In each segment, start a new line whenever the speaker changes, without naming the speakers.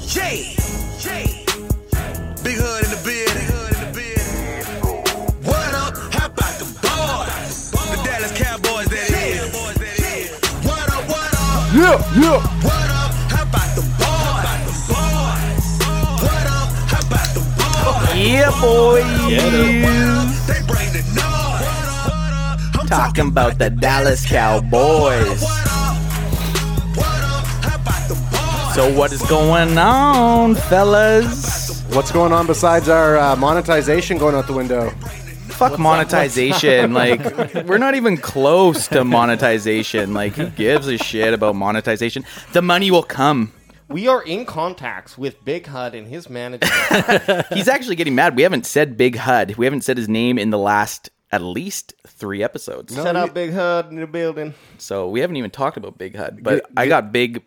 J. J. Big hood in the building. What up? How about the boys? The Dallas Cowboys, that is. What up? What up?
Yeah, yeah.
What up? How about the boys? What up? How about the boys?
Yeah, boy.
They bring the noise. I'm
Talking about the Dallas Cowboys.
What up? What up? How about the boys?
So, what is going on, fellas?
What's going on besides our uh, monetization going out the window?
Fuck monetization. Like, we're not even close to monetization. Like, who gives a shit about monetization? The money will come.
We are in contacts with Big Hud and his manager.
He's actually getting mad. We haven't said Big Hud. We haven't said his name in the last at least three episodes.
Shout out Big Hud in the building.
So we haven't even talked about Big Hud, but I got big,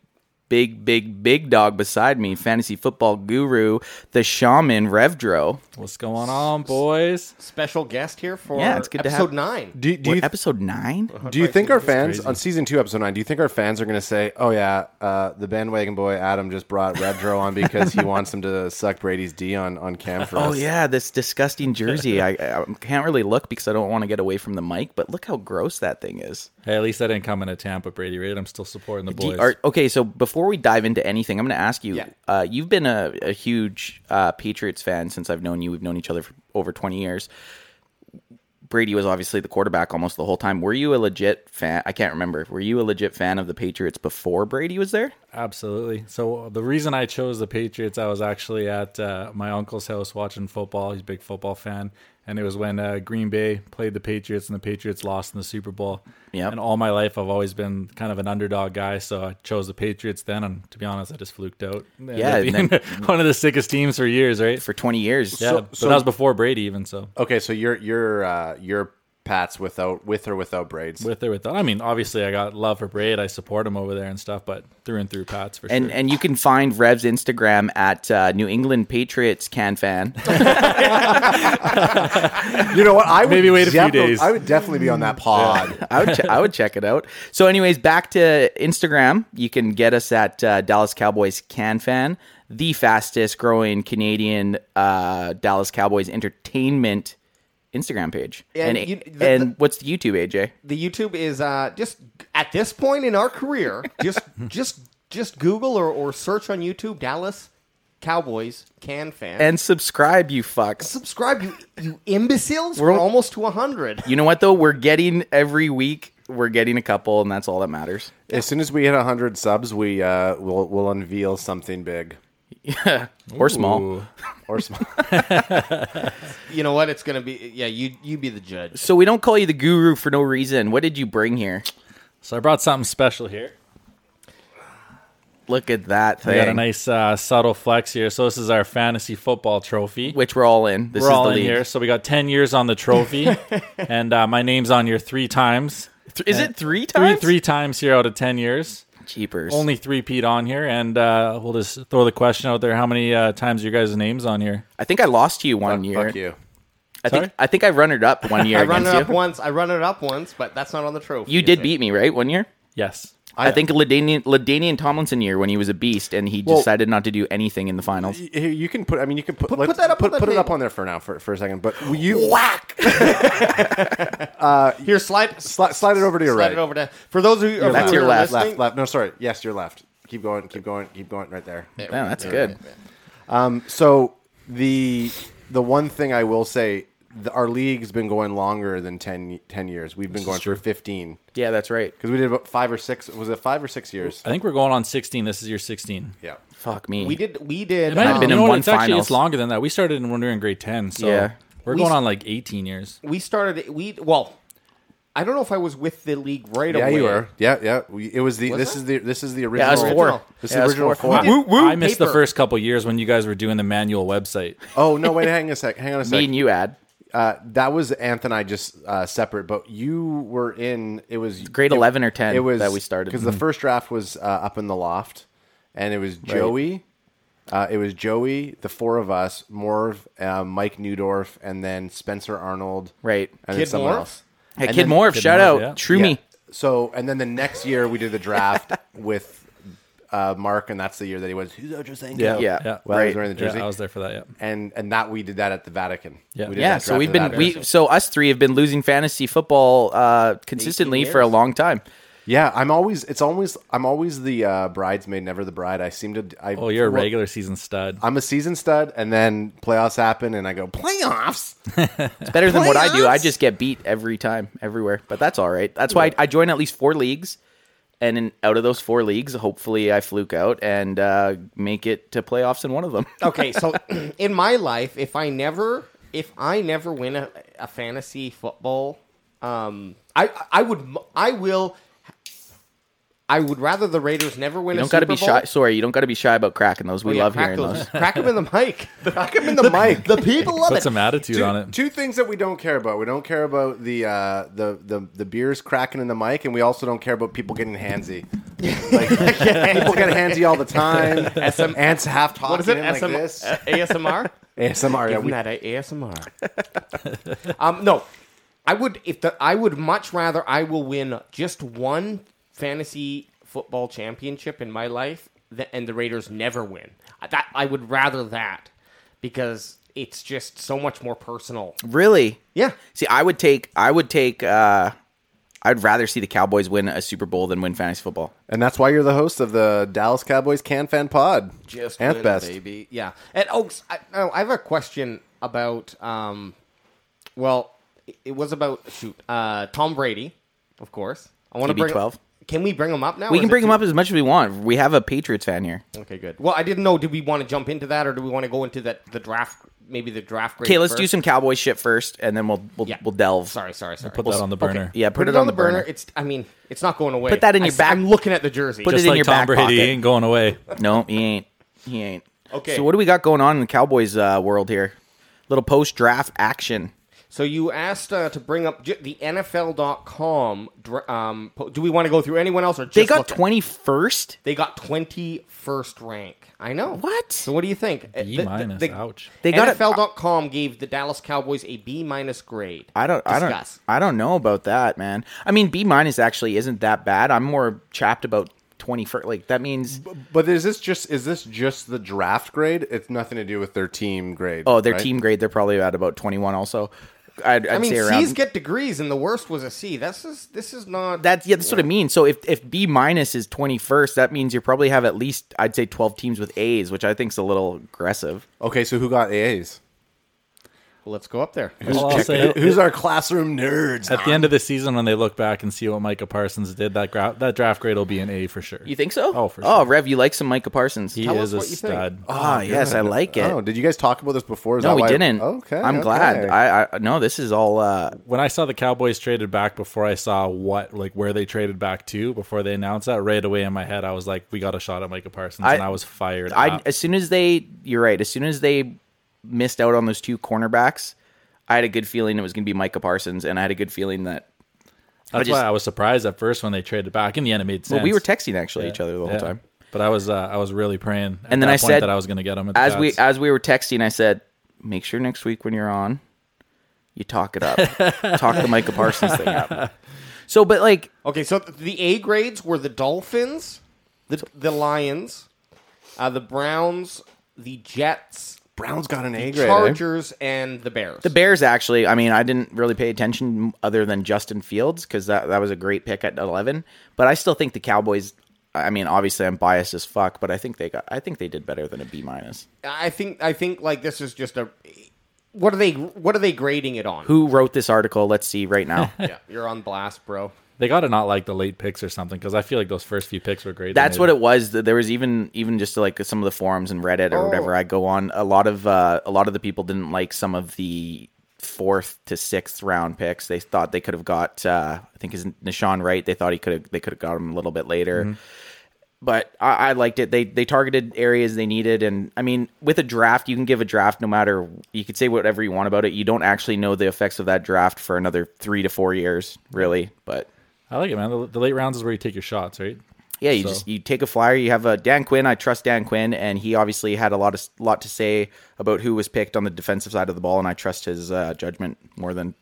big, big, big dog beside me, fantasy football guru, the shaman Revdro.
What's going on, boys?
Special guest here for
Yeah, it's good to have-
episode nine.
Do, do
What,
you Uh-huh.
episode nine?
do you think our fans on season two, episode nine? Do you think our fans are going to say, "Oh yeah, uh, the bandwagon boy Adam just brought Redro on because he wants him to suck Brady's D on on cam for
Oh
us"?
yeah, this disgusting jersey. I, I can't really look because I don't want to get away from the mic. But look how gross that thing is.
Hey, at least I didn't come into Tampa, Brady Raid. I'm still supporting the
Do you-
boys.
are- okay, so before we dive into anything, I'm going to ask you.
Yeah.
Uh, you've been a, a huge uh, Patriots fan since I've known you. We've known each other for over 20 years. Brady was obviously the quarterback almost the whole time. Were you a legit fan? I can't remember. Were you a legit fan of the Patriots before Brady was there?
Absolutely. So uh, the reason I chose the Patriots, I was actually at uh, my uncle's house watching football. He's a big football fan, and it was when uh, Green Bay played the Patriots, and the Patriots lost in the Super Bowl.
Yep.
And all my life, I've always been kind of an underdog guy, so I chose the Patriots then. And to be honest, I just fluked out. They ended
Yeah,
up
and
being one of the sickest teams for years, right?
For 20 years.
yeah, but that was before Brady, even so.
Okay, so you're you're uh, you're Pats without with or without braids.
With or without, I mean, obviously, I got love for Braid. I support him over there and stuff, but through and through, Pats for
And
sure.
and you can find Rev's Instagram at uh, New England Patriots Can Fan.
you know what? I would
Maybe wait a few
defi-
days.
I would definitely be on that pod.
I would ch- I would check it out. So, anyways, back to Instagram. You can get us at uh, Dallas Cowboys Can Fan, the fastest growing Canadian uh, Dallas Cowboys entertainment Instagram page. And
And
and,
you- the- the-
what's the YouTube AJ?
The YouTube is uh, just at this point in our career, just just just Google or, or search on YouTube Dallas Cowboys can fan
And subscribe, you fucks.
subscribe. You you imbeciles. We're, almost to hundred.
You know what though? We're getting every week. We're getting a couple, and that's all that matters.
As soon as we hit hundred subs, we uh, will will unveil something big
Or small.
Ooh.
or small.
You know what? It's gonna be yeah. You you be the judge.
So we don't call you the guru for no reason. What did you bring here?
So I brought something special here.
Look at that
We got a
thing,
nice uh, subtle flex here. So this is our fantasy football trophy.
which we're all in. This
We're
is
all
the
in
league.
here. So we got ten years on the trophy, and uh, my name's on here three times.
Th- Is it three
Three
times?
three times here out of ten years.
cheapers.
Only three Pete on here, and uh, we'll just throw the question out there: How many uh, times are your guys' names on here?
I think I lost to you one year.
Fuck you.
I think
Sorry?
I think I runnered up one year
I run
against
it
you.
up once. I run it up once, but that's not on the trophy.
you
is
did
it?
beat me, right? One year.
Yes.
I, think Ladanian Ladanian Tomlinson year when he was a beast and he
Well-
decided not to do anything in the finals.
Y- Here, you can put. I mean, you can put. Put,
put that up
Put,
on the
put it up
table.
on there for now, for, for a second. But will you
whack. Here, slide,
slide, slide it over to your
slide
right.
it over to. For those of you, of
left.
you
Your
who are
left,
left,
listening-
left. No, sorry. Yes, you're left. Keep going. Keep going. Keep going. Right there.
Yeah, that's good.
So the the one thing I will say, the, our league's been going longer than 10, 10 years. We've been going for fifteen
Yeah, that's right.
because we did about five or six. Was it five or six years?
I think we're going on sixteen. This is your sixteen.
Yeah.
Fuck me.
We did. We did. um,
It might-
I've been
you
in
know what?
one
it's actually
finals.
it's longer than that. We started in when we were in grade ten, so
Yeah.
we're
We
going
s-
on like eighteen years.
we started. We well, I don't know if I was with the league right
Yeah,
away.
you were. Yeah, yeah. We, it was the.
Was
this
it?
is the. This is the
yeah, I
original.
was four.
This is
Yeah, I
the
was
original
four.
four.
Woo, woo.
I missed the
Paper.
first couple years when you guys were doing the manual website.
Oh no! Wait, hang a sec. Hang on a
Me
sec.
and you, Ad.
Uh, that was Anthony. I just uh, separate, but you were in. It was
Grade
it-
11 or 10 that we started. Mm-hmm.
because the first draft was uh, up in the loft, and it was Joey. Uh, it was Joey, the four of us, Morv, uh, Mike Newdorf, and then Spencer Arnold,
Right.
And
Kid
then someone
Morv?
else.
Hey,
And
Kid
then-
Morph,
Kid
shout
Morph,
out.
yeah.
True
Yeah.
me.
So, and then the next year we did the draft with uh, Mark, and that's the year that he was. Who's Ocho Cinco?
Yeah,
Yeah.
yeah.
Well, he
Right.
was wearing the
Yeah,
jersey,
I was there for that. Yeah,
and and that we did that at the Vatican.
Yeah.
we did
Yeah,
that
so
draft
we've
at the
been we
Vatican.
so us three have been losing fantasy football uh, consistently for a
years.
long time.
yeah, I'm always. It's always. I'm always the uh, bridesmaid, never the bride. I seem to. I,
Oh, you're a
well,
regular season stud.
I'm a season stud, and then playoffs happen, and I go playoffs.
It's better than what I do. I just get beat every time, everywhere. But that's all right. That's why I, I join at least four leagues, and in, out of those four leagues, hopefully I fluke out and uh, make it to playoffs in one of them.
okay, so in my life, if I never if I never win a, a fantasy football, um, I I would m- I will. I would rather the Raiders never win
You
a
don't
Super
got to be
Bowl. Oh,
shy. Sorry, you don't got to be shy about cracking those. We
Yeah,
love
crack
hearing
those-
those.
Crack them in the mic.
Crack him in the mic.
The people love
Put
it.
some attitude on it.
Two things that we don't care about. We don't care about the uh, the, the the beers cracking in the mic, and we also don't care about people getting handsy. Like, people get handsy all the time. SM, Ants half talking
what is it?
in
SM-
like this.
uh, ASMR.
ASMR. Yeah,
Isn't
we,
that a ASMR? um, no, I would if the I would much rather I will win just one fantasy football championship in my life, th- and the Raiders never win. That I would rather that because it's just so much more personal.
Really?
Yeah.
See, I would take. I would take. Uh, I'd rather see the Cowboys win a Super Bowl than win fantasy football.
and that's why you're the host of the Dallas Cowboys Can Fan Pod.
Just
Ant
win,
Best.
baby. Yeah. And Oaks, I, no, I have a question about. Um, well, it- it was about shoot uh, Tom Brady, of course. I want to bring
TB12.
Can we bring him up now?
We
or
can
is it
bring them
too-
up as much as we want. We have a Patriots fan here.
Okay, good. Well, I didn't know. Did we want to jump into that, or do we want to go into that the draft? Maybe the draft. grade
Okay, let's do
first?
some Cowboy shit first, and then we'll we'll,
Yeah.
we'll delve.
Sorry, sorry, sorry.
Put that on the burner.
Yeah, put,
Put it, on, the burner. It's. I mean, it's not going away.
Put that in your
I,
back-
am looking at the jersey.
Put
Just
it in
like
your
Tom
back
Brady
pocket.
he ain't going away.
No, he ain't. He ain't.
Okay.
So what do we got going on in the Cowboys uh, world here? Little post draft action.
so you asked uh, to bring up j- the NFL.com. dra- Um, po- do we want to go through anyone else, or just
They got
look at-
twenty first.
They got twenty first rank. I know.
What?
So what do you think?
B minus, ouch.
They
They
got
got
it-
NFL.com gave the Dallas Cowboys a B minus grade.
I don't.
Discuss.
I don't. I don't know about that, man. I mean, B minus actually isn't that bad. I'm more chapped about twenty first. Like that means
But is this just is this just the draft grade? It's nothing to do with their team grade.
oh, their
right?
team grade. They're probably at about twenty one. Also, I'd, I'd
I mean,
say around.
C's get degrees, and the worst was a C. That's just, this is not
that's yeah, that's what it means. So if if B minus is twenty first, that means you probably have at least I'd say twelve teams with A's, which I think's a little aggressive.
Okay, so who got AAs?
Let's go up there.
Well, I'll say,
Who's our classroom nerds?
at the end of the season, when they look back and see what Micah Parsons did, that gra- that draft grade will be an A for sure.
You think so?
Oh, for
Oh,
sure.
Rev, you like some Micah Parsons?
he
Tell
is
us
a
what you think.
stud.
Ah, yes, I like it.
Oh, did you guys talk about this before? Is
no,
that
we
why-
didn't.
Okay,
I'm glad.
okay.
I, I no, this is all. uh
When I saw the Cowboys traded back before I saw what like where they traded back to before they announced that, right away in my head I was like, we got a shot at Micah Parsons,
I-
and I was fired.
I
up.
as soon as they, you're right. As soon as they missed out on those two cornerbacks, I had a good feeling it was going to be Micah Parsons, and I had a good feeling that
That's
just-
why I was surprised at first when they traded back. In the end, it made sense.
well, we were texting actually each other the whole
Yeah.
time.
But I was uh, I was really praying. At
And
that
then I
point
said-
that I was going to get him. At the
As we
Pats.
as we were texting, I said, "Make sure next week when you're on, you talk it up, talk the Micah Parsons thing up." So, but like,
Okay, so th- the A grades were the Dolphins, the the Lions, uh, the Browns, the Jets,
Browns got an A grade. eh?
Chargers, and the Bears.
The Bears actually, I mean, I didn't really pay attention other than Justin Fields because that, that was a great pick at 11. But I still think the Cowboys, I mean, obviously I'm biased as fuck, but I think they got, I think they did better than a B minus.
I think I think like this is just a what are they what are they grading it on?
Who wrote this article? Let's see right now.
Yeah, you're on blast, bro.
they got to not like the late picks or something because I feel like those first few picks were great.
That's what it was. There was even, even just like some of the forums and Reddit or whatever I go on. A lot of, uh, a lot of the people didn't like some of the fourth to sixth round picks. They thought they could have got, uh, I think is Nashawn Wright. They thought he could have, they could have got him a little bit later. but I, I liked it. They they targeted areas they needed, and I mean, with a draft, you can give a draft no matter. You could say whatever you want about it. You don't actually know the effects of that draft for another three to four years, really. But
I like it, man. The, the late rounds is where you take your shots, right?
yeah, you
So-
just you take a flyer. You have a Dan Quinn. I trust Dan Quinn, and he obviously had a lot of lot to say about who was picked on the defensive side of the ball, and I trust his uh, judgment more than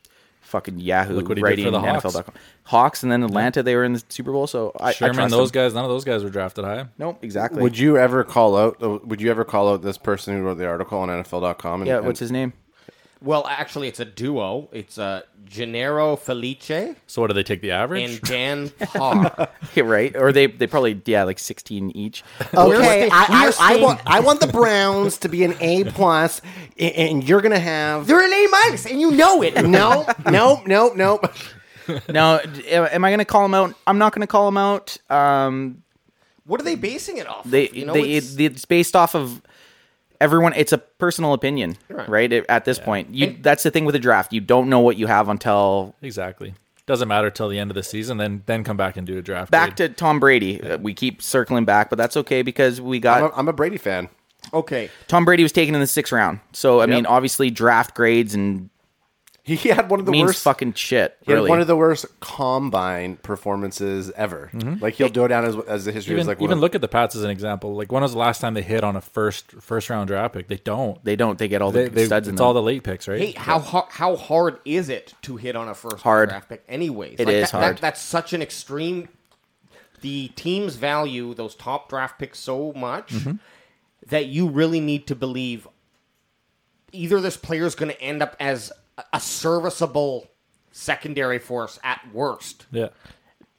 fucking Yahoo
Look what he did
writing
for the Hawks.
NFL.com. Hawks and then Atlanta, they were in the Super Bowl. So I, I
Sherman,
trust
those
them.
guys, none of those guys were drafted high.
Nope, exactly.
Would you ever call out? uh, Would you ever call out this person who wrote the article on NFL.com? And,
yeah,
and-
what's his name?
Well, actually, it's a duo. It's uh, Gennaro Felice
So what do they take the average?
and Dan Parr.
Yeah, right? Or they they probably yeah like sixteen each.
Okay,
We're sta-
I,
we're
I, I,
staying-
want, I want the Browns to be an A plus, and, and you're gonna have
They're an A minus, and you know it.
no, no, no, no.
now, d- am am I going to call him out? I'm not going to call him out. Um,
What are they basing it off? of?
they
you know,
they
it's-
it's, it's based off of everyone. It's a personal opinion,
Right.
right? At this point, you that's the thing with a draft. You don't know what you have until
Exactly. Doesn't matter till the end of the season. Then then come back and do a draft.
back
grade.
to Tom Brady. Uh, We keep circling back, but that's okay because we got
I'm a, I'm a Brady fan.
okay.
Tom Brady was taken in the sixth round. So I mean, obviously, draft grades and
He had one of the
means
worst
fucking shit.
He had
Really,
one of the worst combine performances ever. Like he'll go down as as the history
Mm-hmm. even,
is like. one
even
of-
look at the Pats as an example. Like when was the last time they hit on a first first round draft pick? They don't.
they don't. They get all
They,
the
they,
studs.
it's
in
all
them.
the late picks, right?
Hey, how har- how hard is it to hit on a first
Hard.
draft pick? Anyways,
It is
that,
hard.
That, that's such an extreme. The teams value those top draft picks so much
Mm-hmm.
that you really need to believe either this player is going to end up as a- a serviceable secondary force at worst.
Yeah.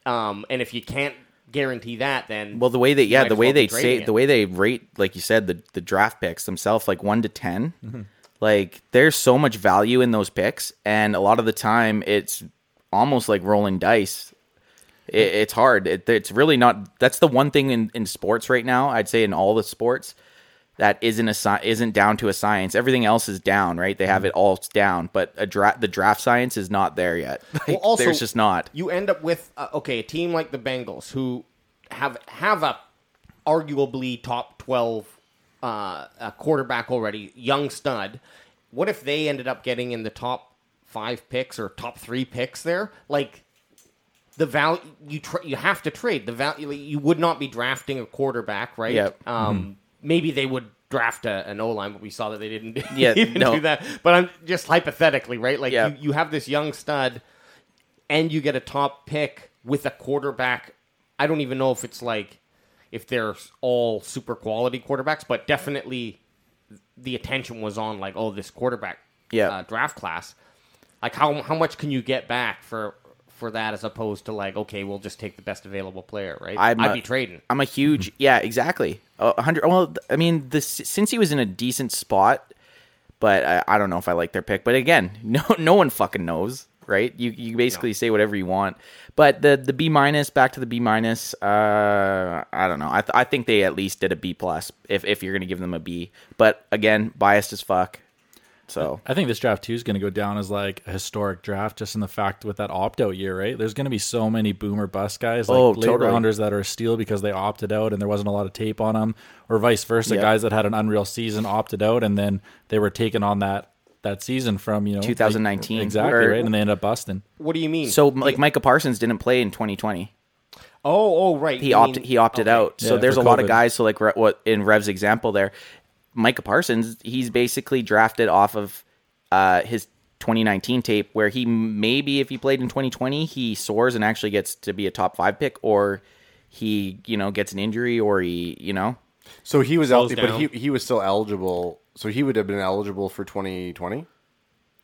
Um, and if you can't guarantee that, then
Well, the way that yeah,
might
the
as
way
well be
they say
grading it.
the way they rate, like you said, the the draft picks themselves, like one to 10
Mm-hmm.
Like there's so much value in those picks, and a lot of the time it's almost like rolling dice.
Hmm.
It, it's hard. It, it's really not. That's the one thing in, in sports right now. I'd say in all the sports that isn't a sci- isn't down to a science. Everything else is down, right? They
Hmm.
have it all down, but a draft the draft science is not there yet. Like,
Well, also,
there's just not.
You end up with uh, okay, a team like the Bengals who have have a arguably top twelve uh, a quarterback already, young stud. What if they ended up getting in the top five picks or top three picks there? Like the value you tra- you have to trade the value. You would not be drafting a quarterback, right?
Yep. Mm-hmm.
Um, Maybe they would draft a, an O line, but we saw that they didn't.
Yeah,
even
no.
do that. But I'm just hypothetically, right? Like
Yeah.
you, you have this young stud and you get a top pick with a quarterback. I don't even know if it's like if they're all super quality quarterbacks, but definitely the attention was on like oh this quarterback
Yeah.
uh, draft class. Like how how much can you get back for for that as opposed to like okay we'll just take the best available player right?
I'm
would
a-
be trading.
I'm a huge yeah, exactly. A a hundred. Well, th- I mean, this since he was in a decent spot, but I, I don't know if I like their pick. But again, no no one fucking knows, right? You you basically say whatever you want. But the the B minus back to the B minus. Uh, I don't know. I th- I think they at least did a B plus if if you're gonna give them a B. But again, biased as fuck. So
I think this draft too is going to go down as like a historic draft, just in the fact with that opt out year, right? There's going to be so many boomer bust guys, like
Oh,
late
totally.
rounders that are a steal because they opted out and there wasn't a lot of tape on them, or vice versa,
Yeah.
guys that had an unreal season opted out and then they were taken on that that season from you know
2019
exactly
or-
right, and they ended up busting.
What do you mean?
so like Micah Parsons didn't play in 2020.
oh oh right
he
you
opted
mean-
he opted
okay.
out. So
Yeah,
there's
for
a lot of
COVID.
guys. So like Re- what in Rev's example there, Micah Parsons, he's basically drafted off of uh, his 2019 tape, where he maybe if he played in 2020, he soars and actually gets to be a top five pick, or he you know gets an injury, or he you know
so he was eligible, but
down.
he he was still eligible. So he would have been eligible for 2020.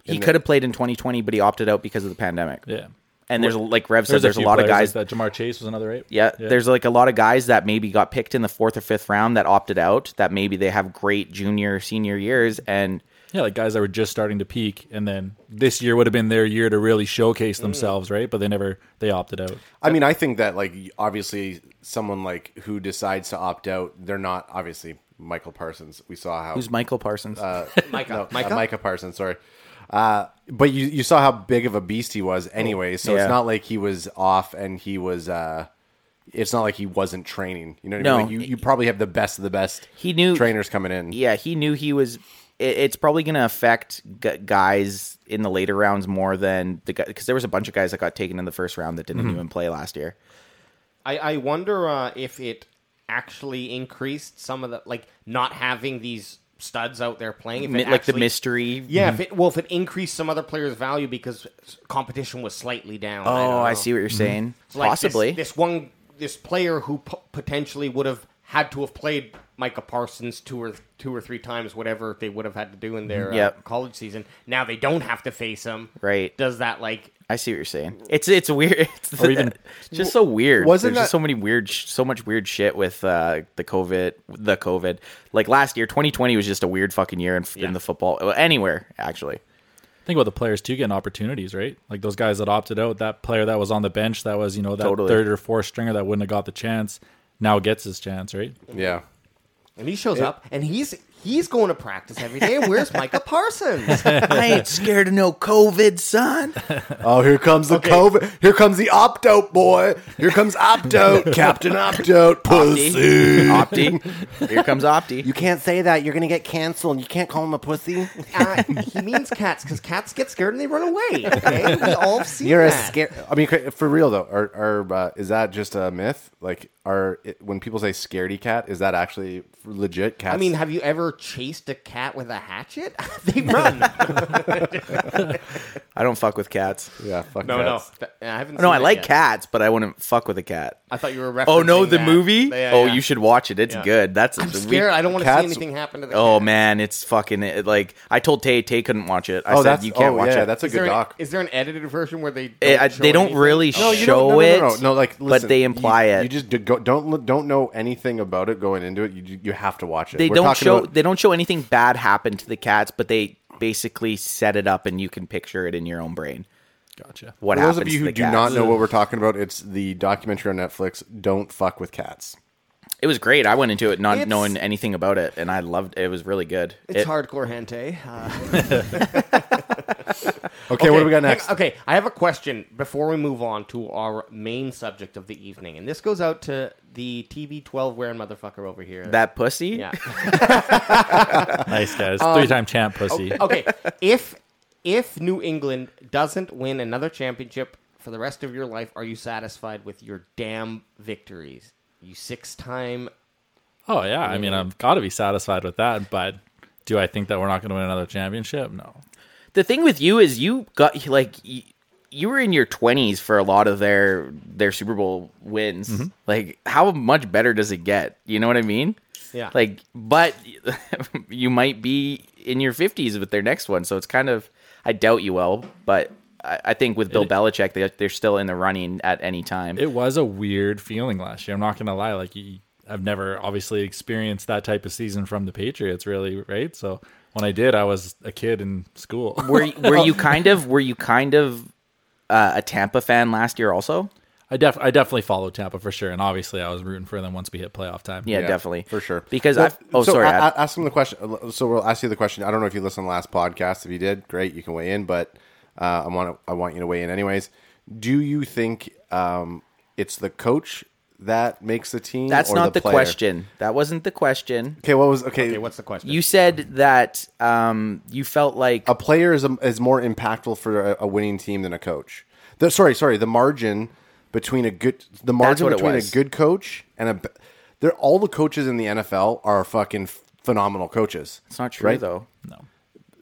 he could have played in 2020, but he opted out because of the pandemic.
Yeah,
And there's like Rev said, there's, a,
few
lot of
players
guys
like that Jamar Chase was another eight.
Yeah, there's like a lot of guys that maybe got picked in the fourth or fifth round that opted out. That maybe they have great junior, senior years, and
Yeah, like guys that were just starting to peak, and then this year would have been their year to really
Mm.
showcase themselves, right? But they never they opted out.
I mean, I think that like obviously someone like who decides to opt out, they're not obviously Michael Parsons. We saw how
who's Michael Parsons?
Micah
no, Micah?
Micah
Uh, Micah Parsons, sorry. Uh, but you you saw how big of a beast he was anyway, so
Oh, Yeah.
it's not like he was off and he was uh it's not like he wasn't training. You know what I
No.
mean? Like, you, you probably have the best of the best
he knew.
trainers coming in.
Yeah, he knew he was. It, it's probably going to affect g- guys in the later rounds more than the guy because there was a bunch of guys that got taken in the first round that didn't even play last year.
I, I wonder uh, if it actually increased some of the like not having these studs out there playing. If
Mi-
it
like the
actually-
mystery. Mm-hmm.
Yeah, if it well, if it increased some other player's value because s- competition was slightly down. don't
Oh, I,
know.
see what you're saying.
Like this-
Possibly.
this, one this player who p- potentially would have had to have played Micah Parsons two or two or three times, whatever they would have had to do in their uh,
Yep.
college season. Now they don't have to face him.
Right.
Does that like
I see what you're saying. It's it's weird. It's
Or even-
it's just so weird.
wasn't
There's just
that-
so many weird, sh- so much weird shit with uh, the COVID. The COVID, like last year, 2020 was just a weird fucking year in, f in the football well, anywhere actually.
Think about the players too getting opportunities, right? Like those guys that opted out, that player that was on the bench, that was you know that
Totally.
third or fourth stringer that wouldn't have got the chance, now gets his chance, right?
Yeah.
And he shows up, and he's he's going to practice every day. Where's Micah Parsons?
I ain't scared of no COVID, son.
Oh, here comes the COVID. Here comes the opt out boy. Here comes opt out, Captain Opt out, pussy.
Opti, here comes Opti.
You can't say that. You're gonna get canceled. You can't call him a pussy.
uh, he means cats because cats get scared and they run away. Okay, we all have seen
You're a
that.
scare. I mean, cra- for real though, are, are uh, is that just a myth? Like, are it, when people say scaredy cat, is that actually legit cats?
I mean, have you ever chased a cat with a hatchet? they run.
I don't fuck with cats.
yeah, fuck
no, no,
cats.
Th- I haven't.
Oh, No,
seen
I
it
like
yet.
cats, but I wouldn't fuck with a cat.
I thought you were referencing.
Oh no, the
that.
movie.
Yeah,
oh,
yeah.
you should watch it. It's
Yeah.
good. That's
I'm
the week-
scared. I don't want to see
Cats-
anything happen to the.
Oh
cat.
man, it's fucking it, like I told Tay Tay couldn't watch it. I
Oh,
said
that's
you can't
oh,
watch
yeah,
it.
That's a
Is
good
there, an,
doc.
is there an edited version where they
It-
don't
Eh, I-
show
they don't
anything?
really
Oh,
you
show
don't- no,
it.
No, no, no, no, like listen,
but they imply
you,
it.
You just d- go, don't li- don't know anything about it going into it. You ju- you have to watch it.
they
We're
don't
talking
show
about-
they don't show anything bad happen to the cats, but they basically set it up and you can picture it in your own brain.
Gotcha.
What
For
happens
those of you
to
who
the
do
cats.
not know what we're talking about, it's the documentary on Netflix. Don't fuck with cats.
It was great. I went into it not
It's-
knowing anything about it and I loved it. It was really good.
It's
It-
hardcore hente. Uh,
Okay, what do we got
hang
next?
on. Okay, I have a question before we move on to our main subject of the evening, and this goes out to the TB12 wearing motherfucker over here.
That pussy?
yeah.
Nice guys, three-time champ pussy.
okay, if if New England doesn't win another championship for the rest of your life, are you satisfied with your damn victories? You six-time
Oh yeah, I mean I've got to be satisfied with that, but do I think that we're not going to win another championship? No.
The thing with you is you got like you, you were in your 20s for a lot of their their Super Bowl wins.
Mm-hmm.
Like how much better does it get? You know what I mean?
Yeah.
Like but you might be in your 50s with their next one, so it's kind of I doubt you will, but I, I think with Bill Belichick they they're still in the running at any time.
It was a weird feeling last year. I'm not going to lie. Like you, I've never obviously experienced that type of season from the Patriots, really, right? So when I did, I was a kid in school.
were were you kind of were you kind of uh, a Tampa fan last year also?
I def I definitely followed Tampa for sure, and obviously I was rooting for them once we hit playoff time.
Yeah, definitely.
for sure.
Because
Well,
I've Oh,
so
sorry.
I,
I,
I- ask them the question. So we'll ask you the question. I don't know if you listened to the last podcast. If you did, great, you can weigh in. But uh, I want to, I want you to weigh in, anyways. Do you think um, it's the coach that makes the team?
that's
or
not the
player?
question. That wasn't the question.
Okay, what was okay?
Okay, what's the question?
You said that um, you felt like
a player is a, is more impactful for a, a winning team than a coach. The, sorry, sorry. The margin between a good the margin
what it
between a
was.
good coach and a b- they're all the coaches in the NFL are fucking phenomenal coaches.
it's not true
right?
though.
No.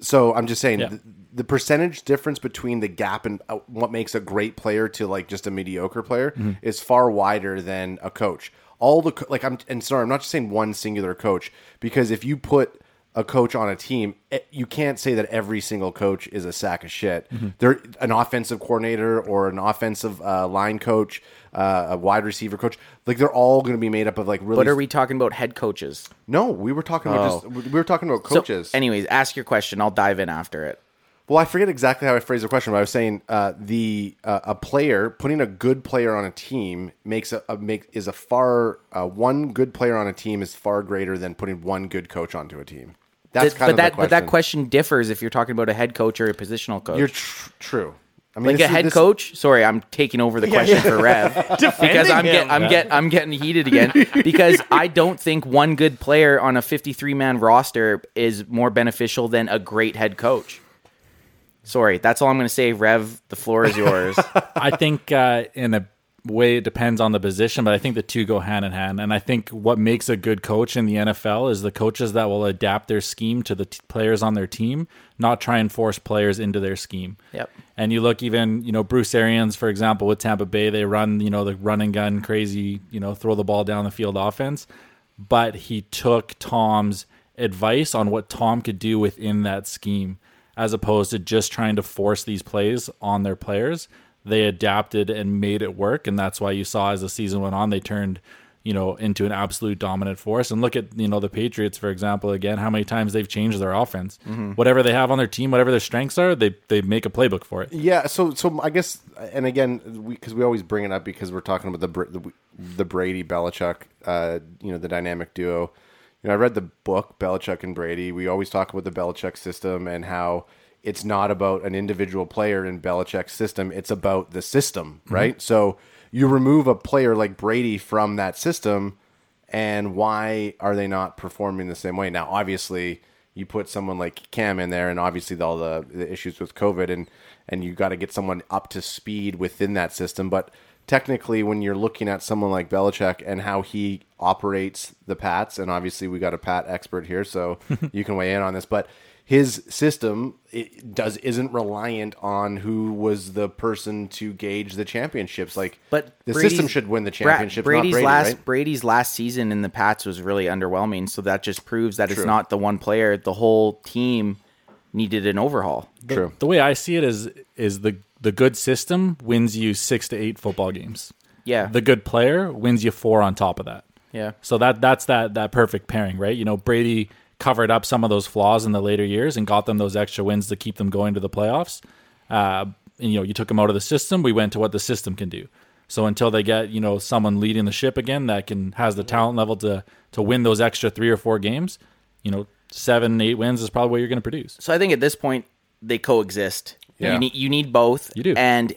So I'm just saying
Yeah.
th- the percentage difference between the gap and uh, what makes a great player to like just a mediocre player
Mm-hmm.
is far wider than a coach. All the co- like I'm and sorry, I'm not just saying one singular coach because if you put a coach on a team, eh, you can't say that every single coach is a sack of shit.
Mm-hmm.
They're an offensive coordinator or an offensive uh, line coach, uh, a wide receiver coach. Like they're all going to be made up of like really.
But are we talking about head coaches?
no, we were talking about
Oh.
just we were talking about
So,
coaches.
anyways, ask your question. I'll dive in after it.
Well, I forget exactly how I phrased the question, but I was saying uh, the uh, a player putting a good player on a team makes a, a make is a far uh, one good player on a team is far greater than putting one good coach onto a team. That's
That-
kind
but
of
that
the
but
question.
that question differs if you're talking about a head coach or a positional coach.
You're tr- true. I mean,
like
this
a
is-
head
this-
coach. Sorry, I'm taking over the question for Rev because I'm
him.
getting I'm get I'm getting heated again because I don't think one good player on a 53 man roster is more beneficial than a great head coach. Sorry, that's all I'm going to say. Rev, the floor is yours.
I think uh, in a way it depends on the position, but I think the two go hand in hand. And I think what makes a good coach in the NFL is the coaches that will adapt their scheme to the t- players on their team, not try and force players into their scheme.
Yep.
And you look even, you know, Bruce Arians, for example, with Tampa Bay, they run, you know, the run and gun crazy, you know, throw the ball down the field offense. But he took Tom's advice on what Tom could do within that scheme, as opposed to just trying to force these plays on their players. They adapted and made it work. And that's why you saw as the season went on, they turned, you know, into an absolute dominant force. And look at, you know, the Patriots, for example, again, how many times they've changed their offense.
Mm-hmm.
Whatever they have on their team, whatever their strengths are, they, they make a playbook for it.
Yeah, so so I guess, and again, because we, always bring it up because we're talking about the Br- the, the Brady Belichick, uh, you know, the dynamic duo. You know, I read the book Belichick and Brady. We always talk about the Belichick system and how it's not about an individual player in Belichick's system; it's about the system, right? So you remove a player like Brady from that system, and why are they not performing the same way now obviously you put someone like cam in there and obviously all the, the issues with covid and and you got to get someone up to speed within that system but technically when you're looking at someone like Belichick and how he operates the pats and obviously we got a pat expert here so you can weigh in on this but his system it does isn't reliant on who was the person to gauge the championships like
But
the
Brady's-
system should win the
Bra-
championship not
Brady's
Brady,
last
right?
Brady's last season in the Pats was really underwhelming. So that just proves that it's not the one player. The whole team needed an overhaul.
True.
The way I see it is is the the good system wins you six to eight football games.
Yeah.
The good player wins you four on top of that.
Yeah.
So that that's that that perfect pairing, right? You know, Brady covered up some of those flaws in the later years and got them those extra wins to keep them going to the playoffs. Uh, and, you know, you took them out of the system. We went to what the system can do. So until they get you know someone leading the ship again that can has the talent level to to win those extra three or four games, you know, seven eight wins is probably what you're going to produce.
So I think at this point they coexist.
Yeah.
You need you need both.
You do.
And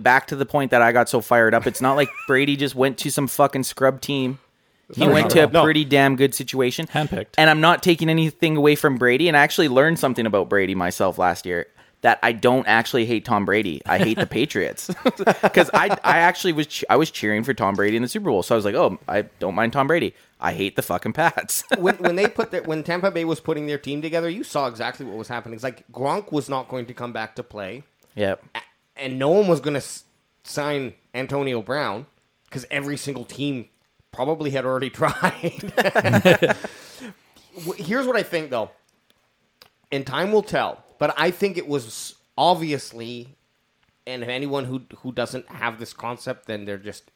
back to the point that I got so fired up. It's not like Brady just went to some fucking scrub team. He went
not
to
at
a pretty damn good situation.
Handpicked.
And I'm not taking anything away from Brady. And I actually learned something about Brady myself last year that I don't actually hate Tom Brady. I hate the Patriots because I I actually was che- I was cheering for Tom Brady in the Super Bowl. So I was like, oh, I don't mind Tom Brady. I hate the fucking Pats.
when, when they put their, when Tampa Bay was putting their team together, you saw exactly what was happening. It's like Gronk was not going to come back to play,
yeah.
a- and no one was going to s- sign Antonio Brown because every single team probably had already tried. W- Here's what I think though, and time will tell. But I think it was obviously, and if anyone who who doesn't have this concept, then they're just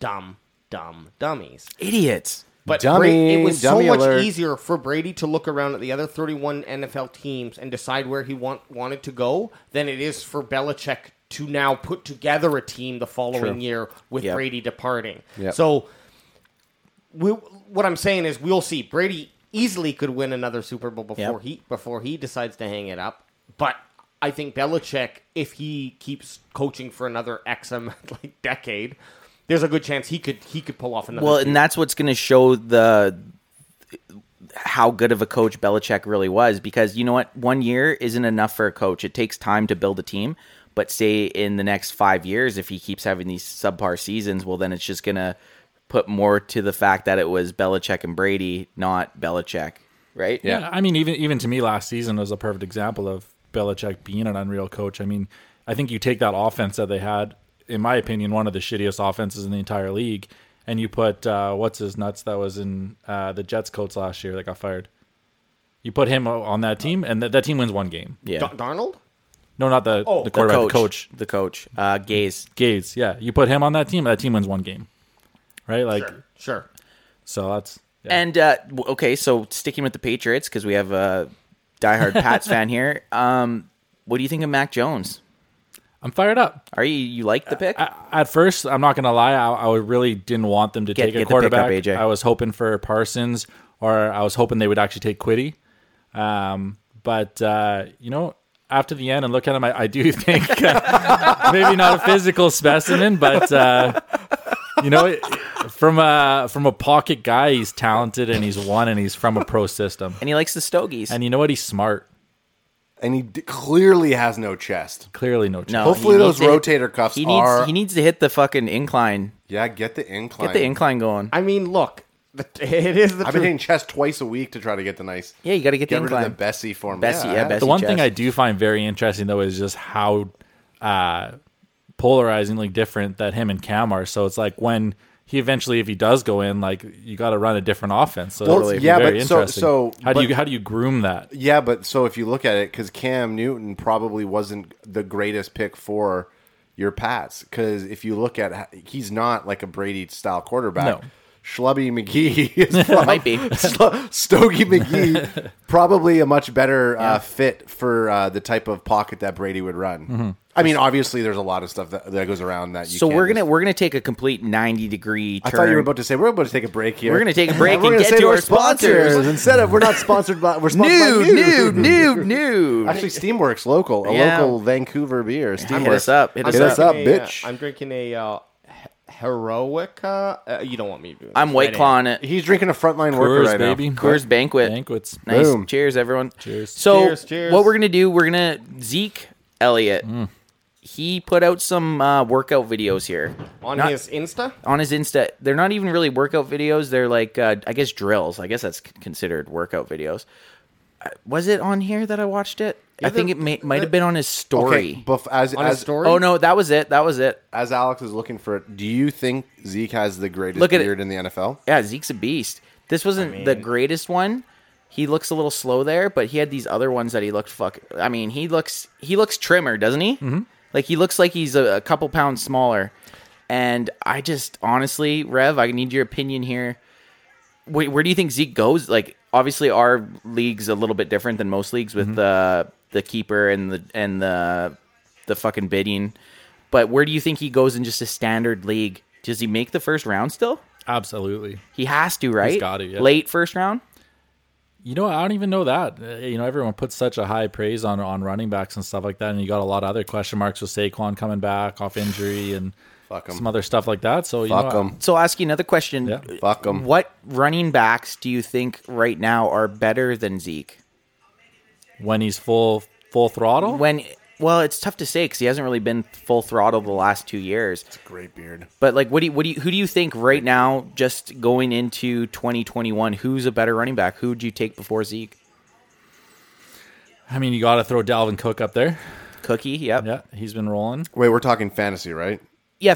dumb, dumb dummies.
Idiots.
But
Dummy,
Bra- it was
dummy
so much
alert.
easier for Brady to look around at the other 31 NFL teams and decide where he want, wanted to go than it is for Belichick to now put together a team the following year with
Yep.
Brady departing.
Yep.
So, we, what I'm saying is, we'll see. Brady easily could win another Super Bowl before
Yep.
he before he decides to hang it up. But I think Belichick, if he keeps coaching for another X amount like decade. There's a good chance he could he could pull off another.
Well,
Super
and that's what's going to show the how good of a coach Belichick really was because you know what, one year isn't enough for a coach. It takes time to build a team. But say in the next five years, if he keeps having these subpar seasons, well, then it's just going to put more to the fact that it was Belichick and Brady, not Belichick, right?
Yeah. I mean, even even to me, last season was a perfect example of Belichick being an unreal coach. I mean, I think you take that offense that they had, in my opinion, one of the shittiest offenses in the entire league, and you put uh, what's his nuts that was in uh, the Jets coach last year that got fired. You put him o- on that team, and that that team wins one game.
Yeah.
Dar- Darnold?
No, not the Oh, the
The
quarterback, the coach.
the coach, uh, Gaze.
Gaze. Yeah, you put him on that team, and that team wins one game. Right, like
Sure. Sure.
so that's yeah.
And uh, w- okay, so sticking with the Patriots because we have a diehard Pats fan here. Um, what do you think of Mac Jones?
I'm fired up.
Are you you like the pick?
I- at first, I'm not going to lie. I, I really didn't want them to
Get-
take
get
a
the pickup,
quarterback.
AJ.
I was hoping for Parsons, or I was hoping they would actually take Quiddy. Um, but uh, you know, after the end and look at him, I, I do think uh, maybe not a physical specimen, but uh, you know, it- from a from a pocket guy, he's talented and he's won and he's from a pro system.
and he likes the Stogies.
And you know what? He's smart.
and he d- clearly has no chest.
Clearly, no. chance.
No,
Hopefully
Uh, he
those
needs to hit-
rotator cuffs
He needs
are.
he needs to hit the fucking incline.
yeah, get the incline.
Get the incline going.
I mean, look, the- it is the
I've been
truth.
hitting chest twice a week to try to get the nice.
Yeah, you gotta get the
get rid of the
incline.
Bessie form.
Bessie, yeah,
I-
Bessie.
the one thing
chest.
I do find very interesting though is just how uh, polarizingly different that him and Cam are. So it's like when he eventually, if he does go in, like you got to run a different offense. So
Well,
it'll be
yeah,
very
but so-
interesting.
so-
how do
but-
you how do you groom that?
Yeah, but so if you look at it, because Cam Newton probably wasn't the greatest pick for your Pats, because if you look at, ho- he's not like a Brady style quarterback.
No.
Schlubby McGee is prob-
Might be.
Slo- Stogie McGee probably a much better uh, fit for uh, the type of pocket that Brady would run. I mean, obviously, there's a lot of stuff that, that goes around that.
Mm-hmm.
You
so
can't
we're gonna
just-
we're gonna take a complete ninety degree turn.
I thought you were about to say we're about to take a break here.
We're gonna take a break
We're
and
gonna
get
say
to
we're
our sponsors.
Instead of we're not sponsored by we're sponsored by
nude, nude,
Nude.
nude, nude.
Actually, Steamworks local, a
Yeah.
local Vancouver beer. Steamworks.
Hit us up. Hit us
Hit
up.
us up,
drinking a, uh,
bitch.
I'm drinking a uh, he- heroica. Uh, you don't want me to do this.
I'm white
Right
clawing it.
He's drinking a frontline worker
Coors,
right
baby.
now.
Coors Banquet.
Banquets.
Nice.
Boom.
Cheers, everyone.
Cheers.
So,
Cheers, cheers.
what we're gonna do? We're gonna Zeke Elliott. He put out some uh, workout videos here
On his Insta?
on his Insta. They're not even really workout videos. They're like, uh, I guess drills. I guess that's c- considered workout videos. Uh, Was it on here that I watched it? I think it may, might have been on his story.
Okay, bef- as,
On his
as,
story?
oh no, that was it. That was it.
as Alex is looking for it, do you think Zeke has the greatest
Look at it.
beard in the NFL?
Yeah, Zeke's a beast. This wasn't the greatest one. He looks a little slow there, but he had these other ones that he looked fuck. I mean, he looks he looks trimmer, doesn't he? Mm-hmm. Like he looks like he's a, a couple pounds smaller. And I just honestly, Rev, I need your opinion here. Wait, where do you think Zeke goes? Like, obviously, our league's a little bit different than most leagues with the the keeper and the and the the fucking bidding. But where do you think he goes in just a standard league? Does he make the first round still?
Absolutely.
He has to, right?
gotta, yeah.
Late first round.
You know, I don't even know that. Uh, You know, everyone puts such a high praise on on running backs and stuff like that, and you got a lot of other question marks with Saquon coming back off injury and
Fuck 'em.
some other stuff like that. So you
Fuck
know,
him.
So I'll ask you another question.
Yeah.
Fuck him.
What running backs do you think right now are better than Zeke?
when he's full full throttle,
When well, it's tough to say because he hasn't really been full throttle the last two years.
Great beard.
But like, what do you, what do you, who do you think right now, just going into 2021, who's a better running back? Who would you take before Zeke?
I mean, you got to throw Dalvin Cook up there.
Cookie, yep, yeah,
Yeah, he's been rolling.
Wait, we're talking fantasy, right?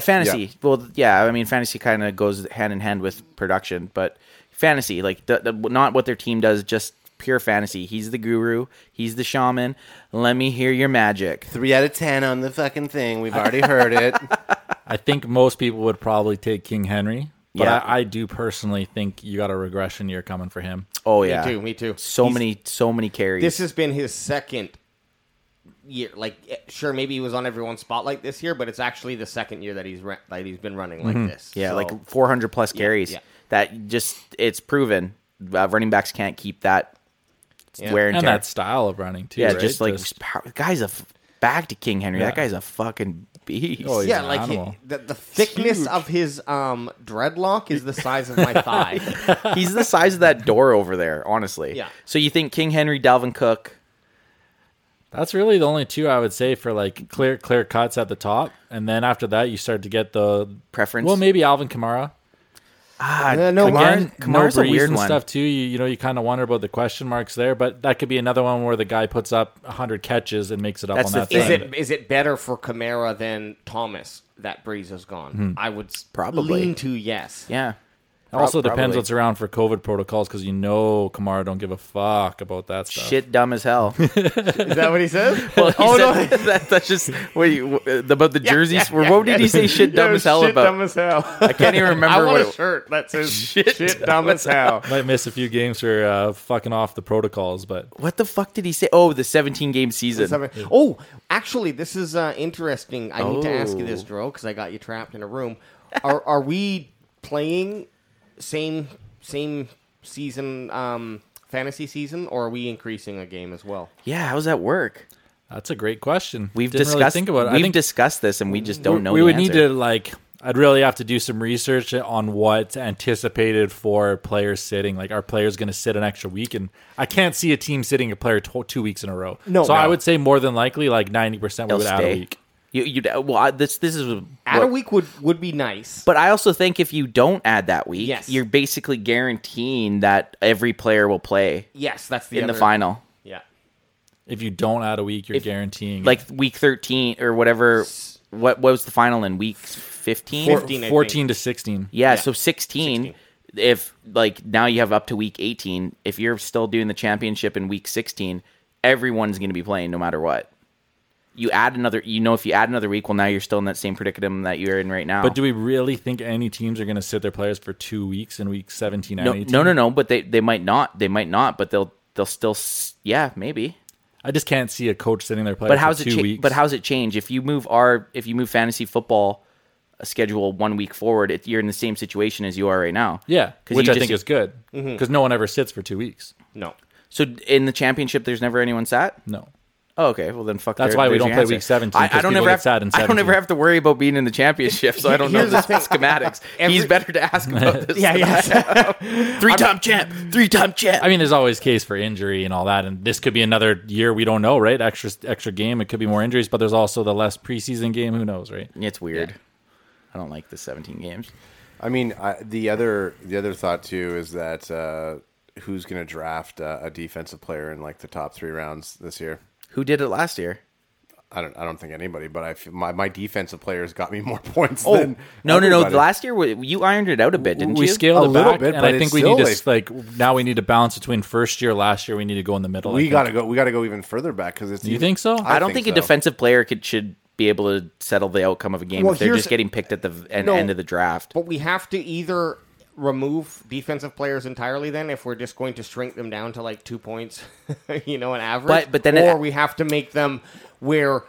fantasy.
Yeah.
Well, yeah, I mean, fantasy kind of goes hand in hand with production, but fantasy, like, the, the, not what their team does, just pure fantasy. He's the guru, he's the shaman. Let me hear your magic.
Three out of ten on the fucking thing. We've already heard it.
I think most people would probably take King Henry, but
Yeah.
I, I do personally think you got a regression year coming for him.
Oh yeah,
Me too, me too.
So many, so many carries.
This has been his second year. Like, eh, sure, maybe he was on everyone's spotlight this year, but it's actually the second year that he's ra- that he's been running like this.
Mm-hmm. yeah,
So,
like 400 plus carries.
yeah.
That just it's proven. Uh, running backs can't keep that
yeah.
wear and,
And
tear.
that style of running too.
yeah,
right?
just like pow- the guy's a f- back to King Henry. That
Yeah.
guy's a fucking beast.
Oh, he's
yeah,
an
like he-
animal.
the, the thickness of his um, dreadlock is the size of my thigh.
He's the size of that door over there, honestly.
Yeah.
So you think King Henry, Dalvin Cook?
That's really the only two I would say for like clear clear cuts at the top, and then after that you start to get the
Preference?
Well, maybe Alvin Kamara.
Ah,
no,
Again,
Kamara's
no
a
Breeze
weird
and
one.
stuff too. You, you know, you kind of wonder about the question marks there, but that could be another one where the guy puts up 100 catches and makes it up
That's the
on that.
thing.
Is
side.
it is it better for Kamara than Thomas that Breeze is gone? I would s-
Probably.
lean to yes.
yeah.
also
Prob-
depends
probably.
what's around for COVID protocols because you know Kamara don't give a fuck about that stuff.
Shit, dumb as hell.
Is that what he says?
Well, he
oh
said
no.
that, that's just wait you- uh, about the jerseys.
yeah, yeah,
what did
yeah.
he say? Shit, dumb
Yo,
as hell
shit
about.
dumb as hell. I
can't even
I
remember
want
what
a
it-
shirt that says
Shit
shit, dumb as hell.
Might miss a few games for uh, fucking off the protocols, but
What the fuck did he say? Oh, the 17 game season.
Something- Oh, actually, this is uh, interesting. I need to ask you this,
Oh.
Dro, because I got you trapped in a room. Are are we playing same same season um, fantasy season, or are we increasing a game as well?
Yeah, how's that work?
that's a great question.
We've
Didn't really
discussed
think about it.
We've
I think
discussed this and we just don't know
we
the
would need
answer.
to like I'd really have to do some research on what's anticipated for players sitting. Like, are players going to sit an extra week? And I can't see a team sitting a player tw two weeks in a row.
No,
so I
no.
would say more than likely, like ninety percent, we
They'll
would add a
stay.
week.
You, you, uh, well, I, this this is
Add a
what-
week would would be nice.
But I also think if you don't add that week,
Yes.
you're basically guaranteeing that every player will play
yes, that's the
in the
other-
final.
Yeah.
If you don't add a week, you're guaranteeing
Like week 13 or whatever. What, what was the final in week 15?
Four-
15, I think.
fourteen to sixteen.
Yeah,
Yeah.
so 16, If like now you have up to week 18, if you're still doing the championship in week 16, everyone's going to be playing no matter what. You add another, you know, if you add another week, well, now you're still in that same predicament that you're in right now.
But do we really think any teams are going to sit their players for two weeks in week 17 and
no,
18?
no, no, no. But they they might not. They might not. But they'll they'll still. s- Yeah, maybe.
I just can't see a coach sitting their players
But
for
how's it?
two
Cha-
weeks.
But how's it change if you move our if you move fantasy football uh, schedule one week forward? It, you're in the same situation as you are right now.
Yeah,
'Cause
which
you just-
I
Mm-hmm.
think is good because no one ever sits for two weeks.
No.
So in the championship, there's never anyone sat.
No.
Oh, okay. Well, then fuck.
That's
there-
why we
there's
don't
your
play
answer.
week 17,
I, I
'cause
don't
people
ever
get
have
sad in
I don't
17.
ever have to worry about being in the championship, so I don't know
Here's
the
the thing.
schematics. He's
Every-
better to ask about this.
Yeah, yeah.
three time champ, three time champ.
I mean, there's always case for injury and all that, and this could be another year we don't know, right? Extra extra game, it could be more injuries, but there's also the less preseason game. Who knows, right?
it's weird. I don't like the 17 games.
I mean, I, the other the other thought too is that uh, who's going to draft uh, a defensive player in like the top three rounds this year?
Who did it last year?
I don't. I don't think anybody. But I feel my, my defensive players got me more points.
Oh
than
no, no, no!
everybody.
Last year wa- you ironed it out a bit, didn't
we
you?
scaled
A
it
little
back,
bit,
and
but it's
I think we
still
need to
like-
s- like now we need to balance between first year, last year. We need to go in the middle. I
we
think.
got to go. We got to go even further back because it's.
You think so?
I don't think, a
so.
defensive player could should be able to settle the outcome of a game
Well,
if they're
here's-
just getting picked at the v- end,
No.
end of the draft.
But we have to either remove defensive players entirely then if we're just going to shrink them down to like two points, you know, an average.
But- but then it-
or we have to make them where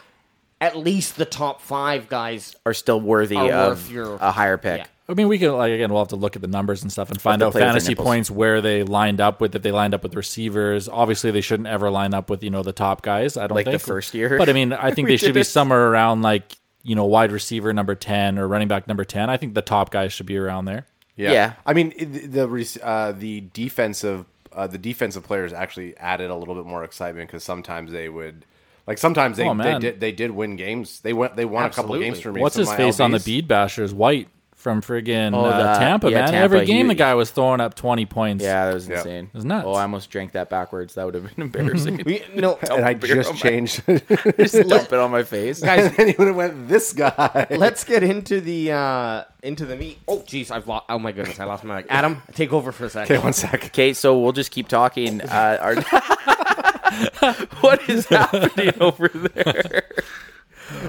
at least the top five guys
Are still worthy
Are
of
worth your-
a higher pick.
Yeah.
I mean, we can like again. We'll have to look at the numbers and stuff and find
the
out
players are
fantasy
nipples.
points where they lined up with. If they lined up with receivers, obviously they shouldn't ever line up with you know the top guys. I don't
Like the
think.
first year?
but I mean, I think
We
they should
did
be
it.
somewhere around like you know wide receiver number ten or running back number ten. I think the top guys should be around there.
Yeah.
Yeah.
I mean it- the rec- uh, the defensive uh, the defensive players actually added a little bit more excitement because sometimes they would like sometimes they,
Oh,
they
man.
did they did win games they went they won a couple
Absolutely.
games for me.
What's
Some
his
of my
face on the
LBs.
bead bashers? White from friggin'
Oh,
uh,
the-
Tampa,
yeah,
man.
Tampa,
Every game
he-
the guy was throwing up twenty points.
Yeah, that was
Yeah.
insane.
was nuts.
Oh, I almost drank that backwards. That would have been embarrassing.
we no
And I
Oh, beer
just
on my-
changed, and
just dump it on my face.
guys
then he would have went this guy.
let's get into the uh into the meat. Oh jeez, I've lost oh my goodness, I lost my mic. Adam, take over for a second.
Okay, one sec.
Okay, so we'll just keep talking. Uh, our- what is happening over there?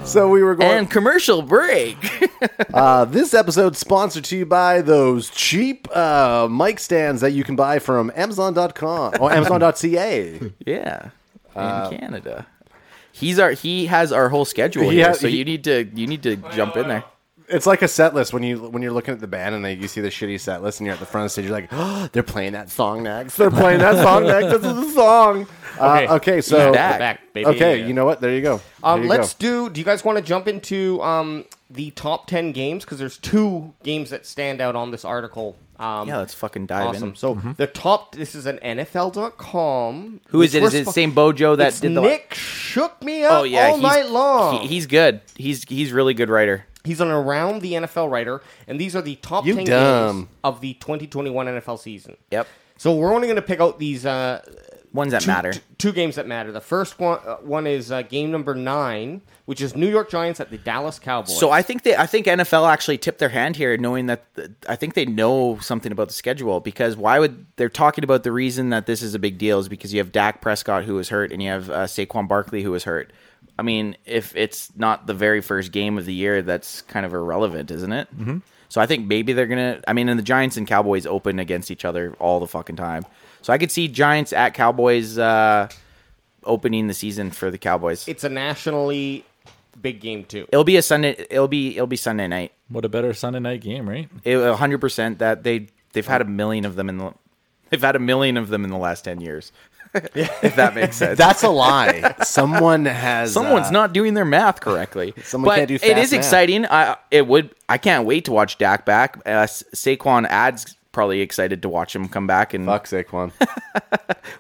So we were going.
And commercial break.
Uh, this episode sponsored to you by those cheap uh, mic stands that you can buy from Amazon.com or Amazon.ca.
Yeah, in
Uh,
Canada. He's our he has our whole schedule
He
here,
has-
so
he-
you need to you need to jump in there.
It's like a set list when you when you're looking at the band and they, you see the shitty set list and you're at the front of the stage. You're like, oh, they're playing that song next. They're playing that song next. This is the song. Okay, uh, okay so
He's
We're
back.
back, baby.
okay, you know what? There you go.
Um,
Here you
let's
go.
do. Do you guys want to jump into um, the top ten games? Because there's two games that stand out on this article. Um,
Yeah, let's fucking dive
awesome.
in. Mm-hmm.
So the top. This is an NFL.com.
Who is it? Is it same Bojo that
it's
did the
Nick shook me up
Oh yeah,
all
he's-
night long.
he- he's good. He's he's really good writer.
he's an around the NFL writer, and these are the top
You
ten
dumb.
games of the 2021 NFL season.
Yep,
So we're only going to pick out these uh,
ones that
two,
matter.
t- two games that matter. The first one uh, one is uh, game number nine, which is New York Giants at the Dallas Cowboys.
So I think they, I think NFL actually tipped their hand here, knowing that I think they know something about the schedule because why would they're talking about the reason that this is a big deal is because you have Dak Prescott who was hurt and you have uh, Saquon Barkley who was hurt. I mean, if it's not the very first game of the year, that's kind of irrelevant, isn't it? Mm-hmm. So I think maybe they're gonna. I mean, and the Giants and Cowboys open against each other all the fucking time. So I could see Giants at Cowboys uh, opening the season for the Cowboys.
it's a nationally big game too.
It'll be a Sunday. It'll be it'll be Sunday night.
What a better Sunday night game, right?
It- a hundred percent that they they've had a million of them in the They've had a million of them in the last ten years. if that makes sense.
That's a lie. Someone has.
Someone's
uh,
not doing their math correctly.
Someone
but
can't do
it
fast
is
math.
exciting. I it would. I can't wait to watch Dak back. Uh, S- Saquon ads probably excited to watch him come back. And
Fuck Saquon.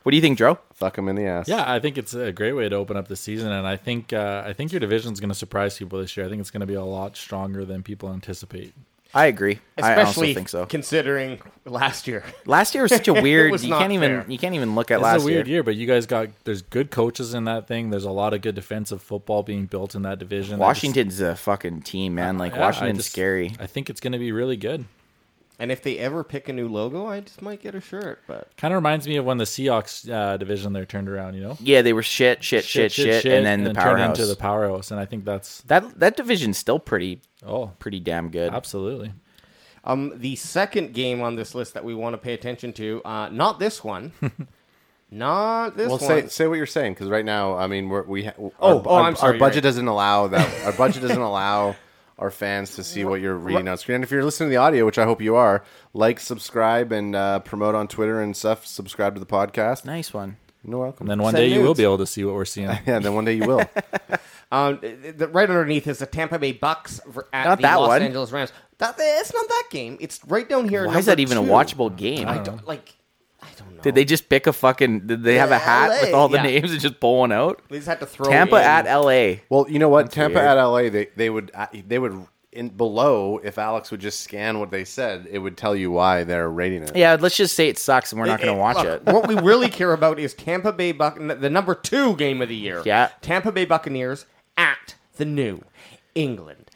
what do you think, Joe?
Fuck him in the ass.
Yeah, I think it's a great way to open up the season, and I think uh, I think your division's going to surprise people this year. I think it's going to be a lot stronger than people anticipate.
I agree. I also
Especially
think so.
considering last year.
Last year was such a weird.
was
you
not
can't
fair.
even. You can't even look at
It's
last
a weird
year.
year. but you guys got there's good coaches in that thing. There's a lot of good defensive football being built in that division. I just-
Washington's a fucking team, man. Like
yeah, I
Washington's
just-
scary.
I think it's going to be really good.
And if they ever pick a new logo, I just might get a shirt. But
Kind of reminds me of when the Seahawks uh, division there turned around. You know,
Yeah, they were shit, shit, shit, shit, and then the
turned
powerhouse.
into the powerhouse, and I think that's
that that division's still pretty,
oh,
pretty damn good.
absolutely.
um, the second game on this list that we want to pay attention to, uh, not this one, not this
Well,
one.
say say what you're saying because right now, I mean, we're, we ha- oh
Oh, oh, I'm sorry,
Our
you're
budget
right.
doesn't allow that. Our budget doesn't allow our fans to see what you're reading on screen. And if you're listening to the audio, which I hope you are, like, subscribe, and uh, promote on Twitter and stuff. Subscribe to the podcast.
Nice one.
You're welcome.
And then one
Send
day you will
nudes.
be able to see what we're seeing.
yeah, then one day you will.
Um, th- th- right underneath is the Tampa Bay Bucks ver- at
Not
the
that
Los
one.
Angeles Rams. That, it's not that game. It's right down here.
Why is that even a watchable game?
I don't like. I don't know.
Did they just pick a fucking? Did they have a hat with
LA,
all the
yeah.
names and just pull one out?
They just had to throw
Tampa
in-
at L.A.
Well, you know what? Tampa
weird.
at LA, they they would uh, they would in below if Alex would just scan what they said, it would tell you why they're rating it.
Yeah, let's just say it sucks and we're not going to watch
Look,
it.
what we really care about is Tampa Bay Buck, the number two game of the year.
Yeah.
Tampa Bay Buccaneers at the New England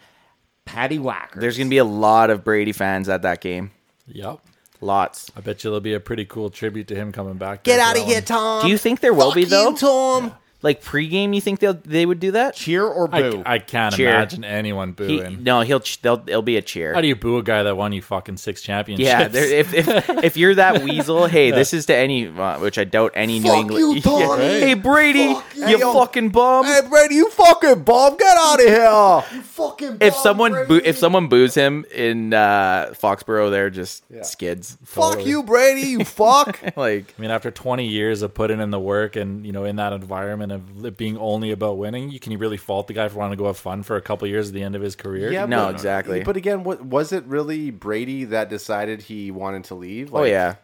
Paddy Whacker.
There's going to be a lot of Brady fans at that game.
Yep.
Lots.
Um,
I bet you it'll be a pretty cool tribute to him coming back.
get
there
out
for
of
that
here,
one.
Tom.
Do you think there will
Fuck
be
you,
though?
Tom?
Like pregame, you think they will they would do that?
Cheer or boo?
I, I can't
Cheer.
imagine anyone
He-
booing.
no, he'll ch- they'll it'll be a cheer.
How do you boo a guy that won you fucking six championships?
Yeah, there, if, if if you're that weasel, hey, this is to any, uh, which I doubt any New
Fuck
England.
you, Tony.
Hey Brady,
Fuck
you,
you. Yo.
fucking bum!
Brady, you fucking bomb, get out of here!
fucking
if someone boo- if someone boos him in uh, Foxborough, they're just skids.
Fuck you, Brady, you fuck!
Like
I mean, after 20 years of putting in the work and you know in that environment of it being only about winning, you can you really fault the guy for wanting to go have fun for a couple years at the end of his career?
no, exactly.
But again, what was it really Brady that decided he wanted to leave?
oh
Like,
yeah,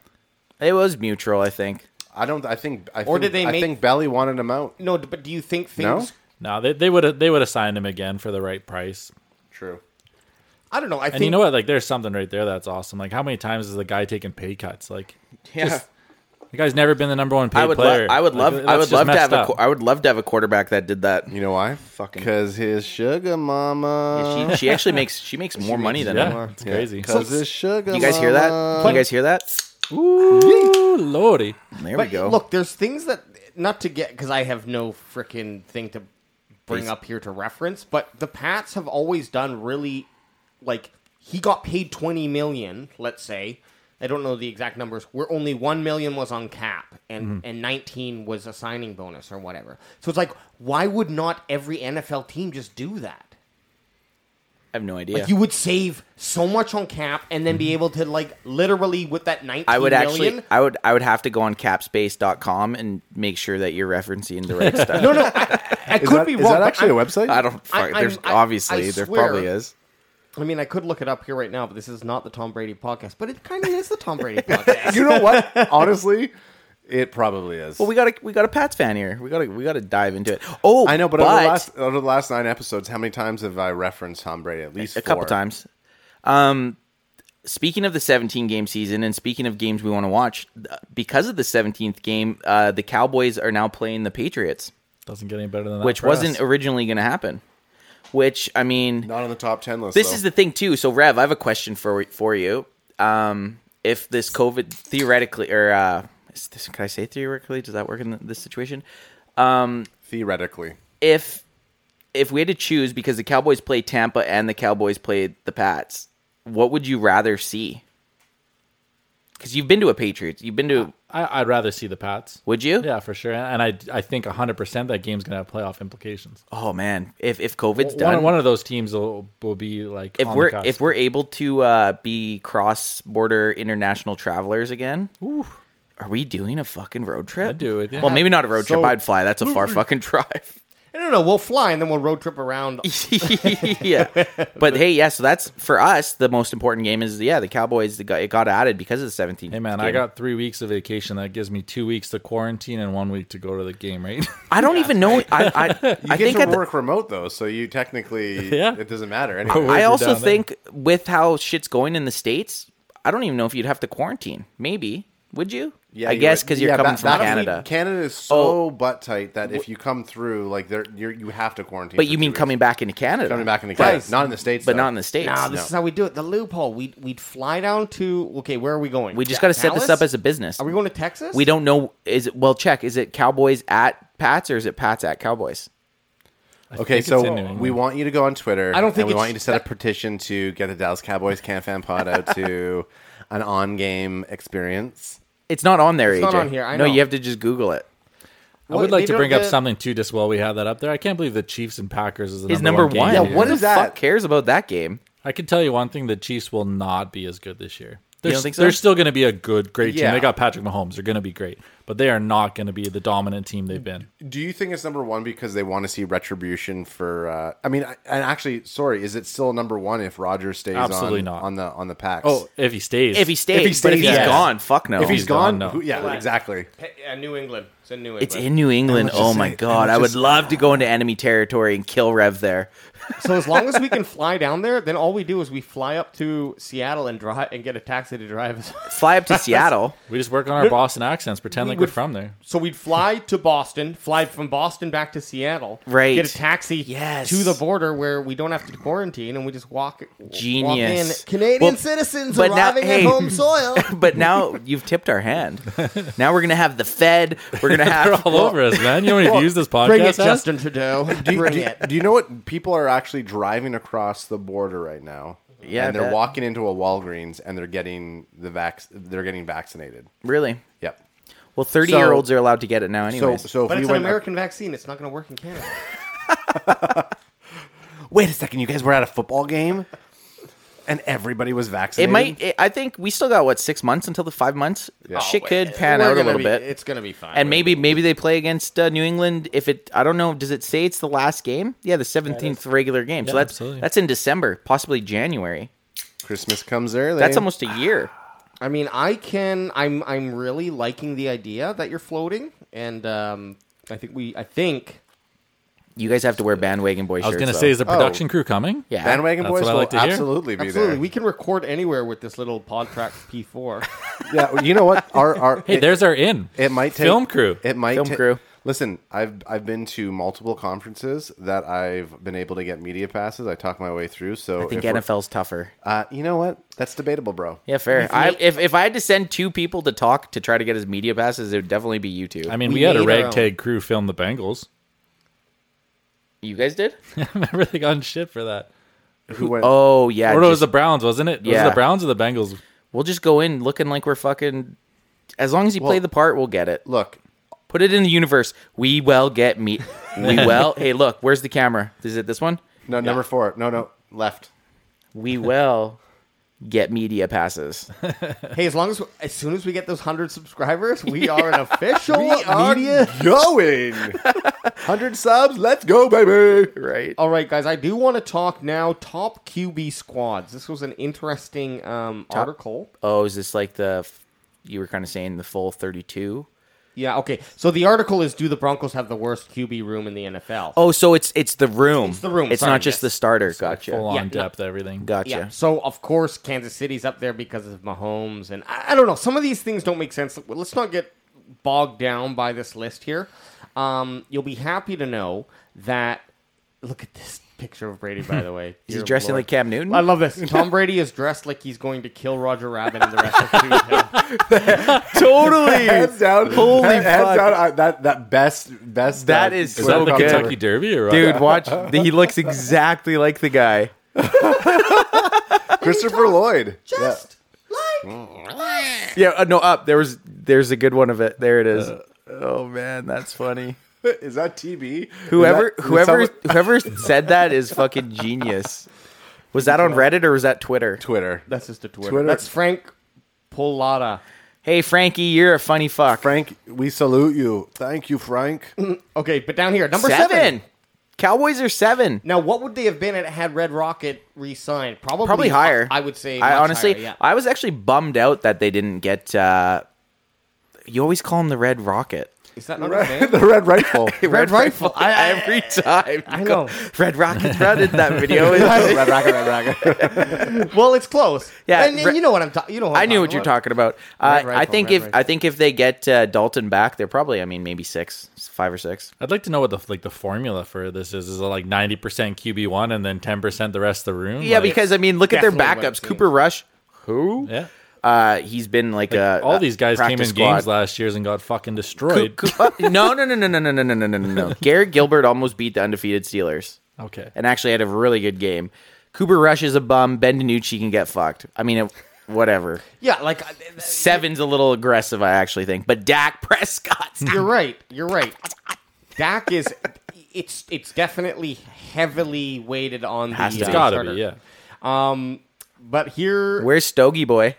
it was mutual. I think.
I don't. I think. I
Or
think,
did they
I
make-
think Belly wanted him out.
no, d- but do you think
No?
things?
No, they they would have they would have signed him again for the right price.
True.
I don't know. I
And
think
you know what? Like, there's something right there that's awesome. Like, how many times is the guy taking pay cuts? Like,
Yeah.
the guy's never been the number one paid
I would, lo-
player.
I would
Like,
love,
that's
I would
just
love to
messed
have a,
up.
qu- I would love to have a quarterback that did that.
You know why?
Fucking-
because his sugar mama.
She, she actually makes, she makes more money than him.
yeah, it's crazy.
Because his sugar.
You guys hear that?
mama.
you guys hear that?
Ooh, lordy.
There
but
we go.
look, there's things that not to get because I have no freaking thing to bring
Please.
up here to reference. But the Pats have always done really like he got paid twenty million. Let's say I don't know the exact numbers. Where only one million was on cap and
Mm-hmm.
and nineteen was a signing bonus or whatever. So it's like why would not every NFL team just do that?
I have no idea.
Like you would save so much on cap and then be able to like literally with that nineteen
Mm-hmm. I would actually
million,
I would I would have to go on capspace.com and make sure that you're referencing the right stuff.
No, no, I, I
Is
could
that-
be
Is
wrong.
that
but
actually
I'm-
a website?
I don't
I-
fuck, there's
I'm- I-
obviously
I
there
swear.
probably is.
I mean, I could look it up here right now, but this is not the Tom Brady podcast, but it kind of is the Tom Brady podcast.
you know what? Honestly, it probably is.
Well, we got a we got a Pats fan here. We got to we got to dive into it. Oh,
I know, but, over the last over the last nine episodes, how many times have I referenced Tom Brady? At least
a couple
four.
times. Um, speaking of the 17 game season, and speaking of games we want to watch, th- because of the 17th game, uh, the Cowboys are now playing the Patriots,
Doesn't get any better than that.
which
for
wasn't
us.
originally going to happen. Which I mean,
Not on the top ten list.
This
though.
is the thing too. So Rev, I have a question for for you. Um, if this COVID theoretically, or uh, is this, can I say theoretically? Does that work in this situation?
theoretically.
If if we had to choose, because the Cowboys play Tampa and the Cowboys played the Pats, what would you rather see? Because you've been to a Patriots, you've been to.
I, I'd rather see the Pats.
Would you?
Yeah, for sure. And I, I think 100% that game's going to have playoff implications.
Oh man, if if COVID's done,
One, one of those teams will, will be like.
if
on the
we're
cusp.
if we're able to uh, be cross border international travelers again, Are we doing a fucking road trip?
I'd do it, yeah.
Well, maybe not a road
So-
trip. I'd fly. That's a far fucking drive.
No, no, no. We'll fly and then we'll road trip around.
yeah. But hey, yeah, so that's for us the most important game is yeah, the Cowboys it got, it got added because of the 17th.
Hey man, I got three weeks of vacation. That gives me two weeks to quarantine and one week to go to the game. Right?
I don't even know I I,
You
I
get
think
to
at the,
work remote though, so you technically
Yeah. Oh,
it doesn't matter anyway.
Where's
I
your
also
down there?
think with how shit's going in the states, I don't even know if you'd have to quarantine. Maybe would you? I
you
guess
would-
because you're
yeah,
coming
that-
from
that'll be-
Canada. Oh.
Canada is so butt tight that if you come through, like there, you're, you have to quarantine.
but
for
you
two
mean
weeks.
coming back into Canada?
coming back in the Canada, not in the states,
but
though.
not in the states.
Nah, this is how we do it. The loophole. We'd we'd fly down to okay. Where are we going?
we just got to set this up
Dallas?
as a business.
Are we going to Texas?
We don't know. Is it well? Check. Is it Cowboys at Pats or is it Pats at Cowboys?
Okay,
it's in New
so
England.
we want you to go on Twitter.
I don't think
and we want
it's-
you to set a petition to get the Dallas Cowboys Can Fan Pod out to an on-game experience.
It's not on there. It's AJ.
not on here, I
no,
know.
you have to just Google it.
I would
Well,
like
they
to
don't-
bring up
the-
something too, just while we have that up there. I can't believe the Chiefs and Packers is the
Is
number,
number one.
game
Yeah,
here.
what
Who
is
the
that?
Fuck cares about that game?
I can tell you one thing: the Chiefs will not be as good this year. They're,
don't think so?
they're still going to be a good, great team.
Yeah.
They got Patrick Mahomes. They're going to be great, but they are not going to be the dominant team they've been.
Do you think it's number one because they want to see retribution for? Uh, I mean, I- and actually, sorry, is it still number one if Rogers stays
Absolutely
on,
not.
on the on the packs?
Oh, if he stays,
If he stays, but if
stays,
he's
yes.
gone, fuck no.
if he's
he's
gone,
gone, no.
who- yeah, exactly.
Pe- uh, New England. It's in New England.
it's in New England.
let's
Oh
just
my
say-
god,
and
I
let's
would
just-
love to go into enemy territory and kill Rev there.
So as long as we can fly down there, then all we do is we fly up to Seattle and drive and get a taxi to drive us.
Fly up to Seattle.
we just work on our Boston accents, pretend like we're
would-
from there.
So we'd fly to Boston, fly from Boston back to Seattle,
Right.
Get a taxi
Yes.
to the border where we don't have to quarantine, and we just walk. Walk in.
Genius.
Canadian
Well,
citizens
but now-
arriving
hey.
at home soil.
But now you've tipped our hand. Now we're gonna have the Fed. We're gonna have
All over us, man. You want to use this podcast?
Bring it,
as?
Justin Trudeau.
Do you,
Bring
do, you-
it.
do you know what people are actually driving across the border right now?
Yeah, I
and they're
bet.
walking into a Walgreens and they're getting the vac- They're getting vaccinated.
really.
Yep.
Well, thirty-year-olds are allowed to get it now, anyways.
So, so if
But
we
it's an
went, uh,
American vaccine. It's not going to work in Canada.
wait a second, you guys were at a football game, and everybody was
it
vaccinated.
might. It, I think we still got what six months until the five months. Shit could pan
Oh, We're
out a
gonna
little
be-
bit.
It's going to be fine.
and maybe maybe they play against uh, New England. If it, I don't know. Does it say it's the last game? Yeah, the seventeenth regular game. so that's
absolutely.
that's in December, possibly January.
Christmas comes early.
That's almost a year.
I mean, I can. I'm. I'm really liking the idea that you're floating, and um, I think we. I think
You guys have to wear bandwagon boy shirts.
I was going to say, is the
Oh.
production crew coming?
yeah,
bandwagon
That's
boys
what I
will
like to hear.
absolutely be
absolutely
there.
we can record anywhere with this little pod track P4.
yeah, well, you know what? Our our
Hey,
it,
there's our in.
it might take
film crew.
It might
Film
ta-
crew.
Listen, I've I've been to multiple conferences that I've been able to get media passes. I talk my way through. So
I think
if we're-
NFL's tougher.
uh, you know what? That's debatable, bro.
Yeah, fair. I, if if I had to send two people to talk to try to get his media passes, it would definitely be you two.
I mean,
We
we, had a
need our own.
ragtag crew film the Bengals.
you guys did?
Remember they got in shit for that.
Who went?
Oh yeah.
Or no, it
just-
was the Browns, wasn't it? Was it
Yeah.
the Browns or the Bengals?
we'll just go in looking like we're fucking. As long as you play the part, we'll get it.
Look,
Put it in the universe. We will get meat. We will. Hey, look, where's the camera? Is it this one?
no, number four. No, no, left.
We will get media passes.
hey, as long as as soon as we get those hundred subscribers, we are an official media.
going. Hundred subs. Let's go, baby.
Right.
All right, guys, I do want to talk now top QB squads. This was an interesting um, article.
Oh, is this like the f- you were kind of saying the full 32?
Yeah, okay. So the article is: Do the Broncos have the worst QB room in the NFL?
Oh, so it's it's the room. It's
the room,
It's
sorry,
not just
yes.
the starter. Gotcha.
Full on
Yeah, no.
depth, everything.
Gotcha.
Yeah. So of course Kansas City's up there because of Mahomes, and I, I don't know. Some of these things don't make sense. Well, Let's not get bogged down by this list here. Um, you'll be happy to know that. Look at this picture of Brady, by the way.
Is he dressing like Cam Newton?
I love this. Tom Brady is dressed like he's going to kill Roger Rabbit and the rest of the
totally.
Hands down.
Holy
hands
fuck.
down. I, that that best best. uh,
That is
Is
so
that the
good.
Kentucky Derby or what?
Dude, watch. He looks exactly like the guy.
Christopher Lloyd.
Just
Yeah, uh, no, up. There was there's a good one of it. There it is. oh man, that's funny.
Yeah. Is that TB?
Whoever
Is that-
whoever
is that
whoever said that is fucking genius. Was that on Reddit or was that Twitter?
Twitter.
That's just a Twitter.
Twitter.
That's Frank Polata.
Hey, Frankie, you're a funny fuck.
Frank, we salute you. Thank you, Frank.
Okay, but down here, number
seven.
seven.
Cowboys are seven.
Now, what would they have been at had Red Rocket re-signed? Probably,
Probably higher.
I would say.
I
much
honestly,
higher, yeah.
I was actually bummed out that they didn't get. Uh, you always call him the Red Rocket.
Is that not right?
the Oh. red rifle.
Red Rifle. I- I-
every time.
I
you go,
know.
Red Rocket's rounded that video.
red rocket, red rocket.
well, it's close.
Yeah,
and, and
Re-
you know what I'm talking. You know, what
I
I'm
knew what you're talking about. Uh, I
Red Rifle,
think
Red
if
Rifle.
I think if they get uh, Dalton back, they're probably. I mean, maybe six, five or six.
I'd like to know what the like the formula for this is. Is it like ninety percent QB one and then ten percent the rest of the room?
Yeah,
Like,
because I mean, look at their
definitely what
backups.
it
Cooper Rush, who?
yeah.
Uh, he's been like, a
all these guys came in
Uh, practice
games
squad.
last year's and got fucking
Coo-
destroyed.
Coo- uh, no, no, no, no, no, no, no, no, no, no, no. Garrett Gilbert almost beat the undefeated Steelers,
okay,
and actually had a really good game. Cooper Rush is a bum. Ben DiNucci can get fucked. I mean, it, whatever.
Yeah, like uh, I- th- th-
Seven's a little aggressive, I actually think. But Dak Prescott's
you're right. You're right. Dak is. It's it's definitely heavily weighted on
Has to
the. uh,
be.
it's gotta
starter.
be yeah.
Um, but here,
where's Stogie Boy?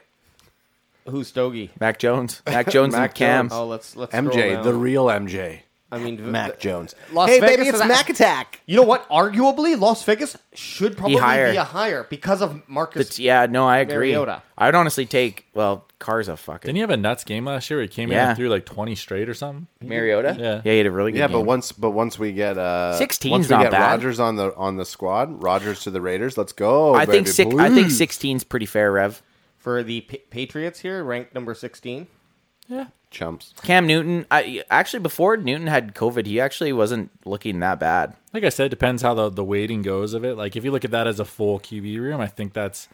who's Stogie?
Mac Jones. Mac Jones
Mac
and Cam.
Oh, let's let's scroll
MJ,
down.
the real MJ.
I mean, v-
Mac
the-
Jones.
Las
hey,
Vegas
baby, it's
is a-
Mac Attack.
You know what? Arguably, Las Vegas should probably
higher.
be a higher because of Marcus.
It's- yeah, no, I agree.
Mariota.
I'd honestly take well, Car's a fucking
Didn't he have a nuts game last year? Where he came in
Yeah.
and threw like twenty straight or something.
Mariota.
Yeah.
yeah, he had a really good
Yeah,
game.
but once but once we get uh
16's
once we
not
get
bad.
Rogers on the on the squad, Rogers to the Raiders, let's go.
I think
baby,
six, I think
please.
sixteen's pretty fair, Rev.
for the pa- Patriots here, ranked number 16.
chumps.
Cam Newton. I actually before Newton had COVID, he actually wasn't looking that bad.
Like I said, it depends how the the weighting goes of it. Like if you look at that as a full QB room, I think that's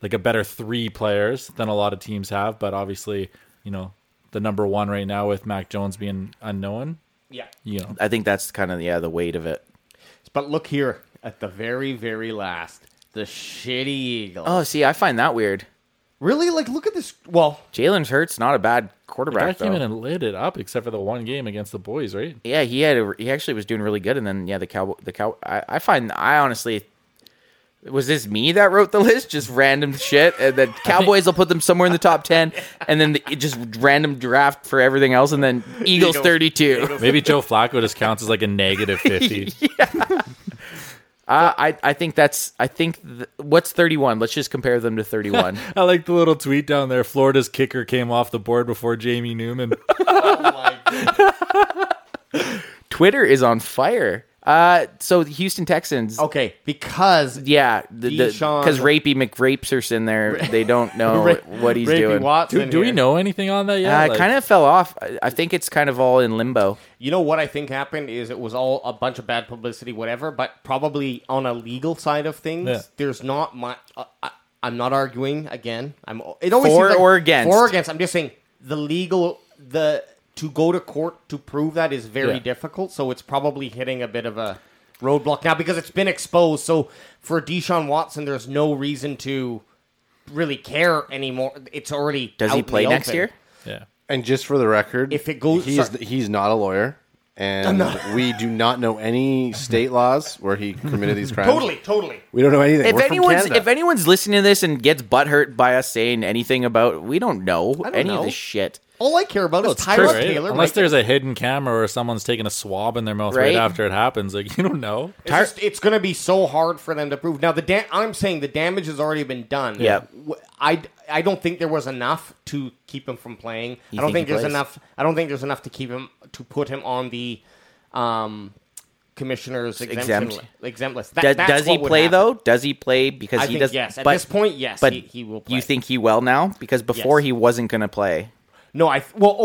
like a better three players than a lot of teams have. But obviously, you know, the number one right now with Mac Jones being unknown,
Yeah.
you know,
I think that's kind of yeah the weight of it.
But look here at the very, very last. The shitty Eagles.
Oh, see, I find that weird.
really? Like, look at this. Well,
Jalen Hurts not a bad
guy
quarterback
came
though.
in and lit it up except for the one game against the boys, right?
yeah, he had a, he actually was doing really good, and then yeah, the cow the cow. I, I find I honestly was this me that wrote the list, just random shit, and then Cowboys will put them somewhere in the top ten, and then the, it just random draft for everything else, and then Eagles, thirty two.
Maybe Joe Flacco just counts as like a negative fifty.
Uh, I I think that's I think th- what's thirty one. Let's just compare them to thirty one.
I like the little tweet down there. Florida's kicker came off the board before Jamie Newman.
Twitter is on fire. Uh, so the Houston Texans.
okay, because
Yeah, because
Deshaun-
Rapey McRapesers in there, they don't know
Ra-
what he's
Rapey
doing.
Watson
Do, do we
here.
know anything on that yet?
Uh, it kind of fell off. I, I think it's kind of all in limbo.
You know what I think happened is it was all a bunch of bad publicity, whatever. But probably on a legal side of things,
Yeah.
there's not much. Uh, I, I'm not arguing again. I'm. It always
For
seems like-
or against?
For or against. I'm just saying the legal the to go to court to prove that is very
Yeah.
difficult. So it's probably hitting a bit of a roadblock now because it's been exposed. So for Deshaun Watson, there's no reason to really care anymore. It's already
Does
out
he
in the
play next
open.
year?
yeah.
And just for the record,
If it goes-
he's
sorry.
he's not a lawyer, and we do not know any state laws where he committed these crimes.
Totally, totally.
we don't know anything.
If
We're from
anyone's
Canada.
if anyone's listening to this and gets butthurt by us saying anything about, we don't know
don't
any of
know.
this shit.
All I care about is
It's
Tyrod
true, right?
Taylor.
Unless
making-
there's a hidden camera or someone's taking a swab in their mouth right,
Right?
after it happens, like you don't know.
It's, just- it's going to be so hard for them to prove. Now the da- I'm saying the damage has already been done.
Yeah.
Wh- I, I don't think there was enough to keep him from playing. I don't
think
think,
he
there's
plays?
enough. I don't think there's enough to keep him to put him on the um, commissioner's exemption,
Exempt.
li- exempt list. That-
Does,
that's
does he
what would
play
happen.
though? Does he play because
I
he
think
does?
yes. At
but-
this point, yes,
but
he, he will. Play.
You think he will now? Because before
Yes.
he wasn't going to play.
No, I. th- Well,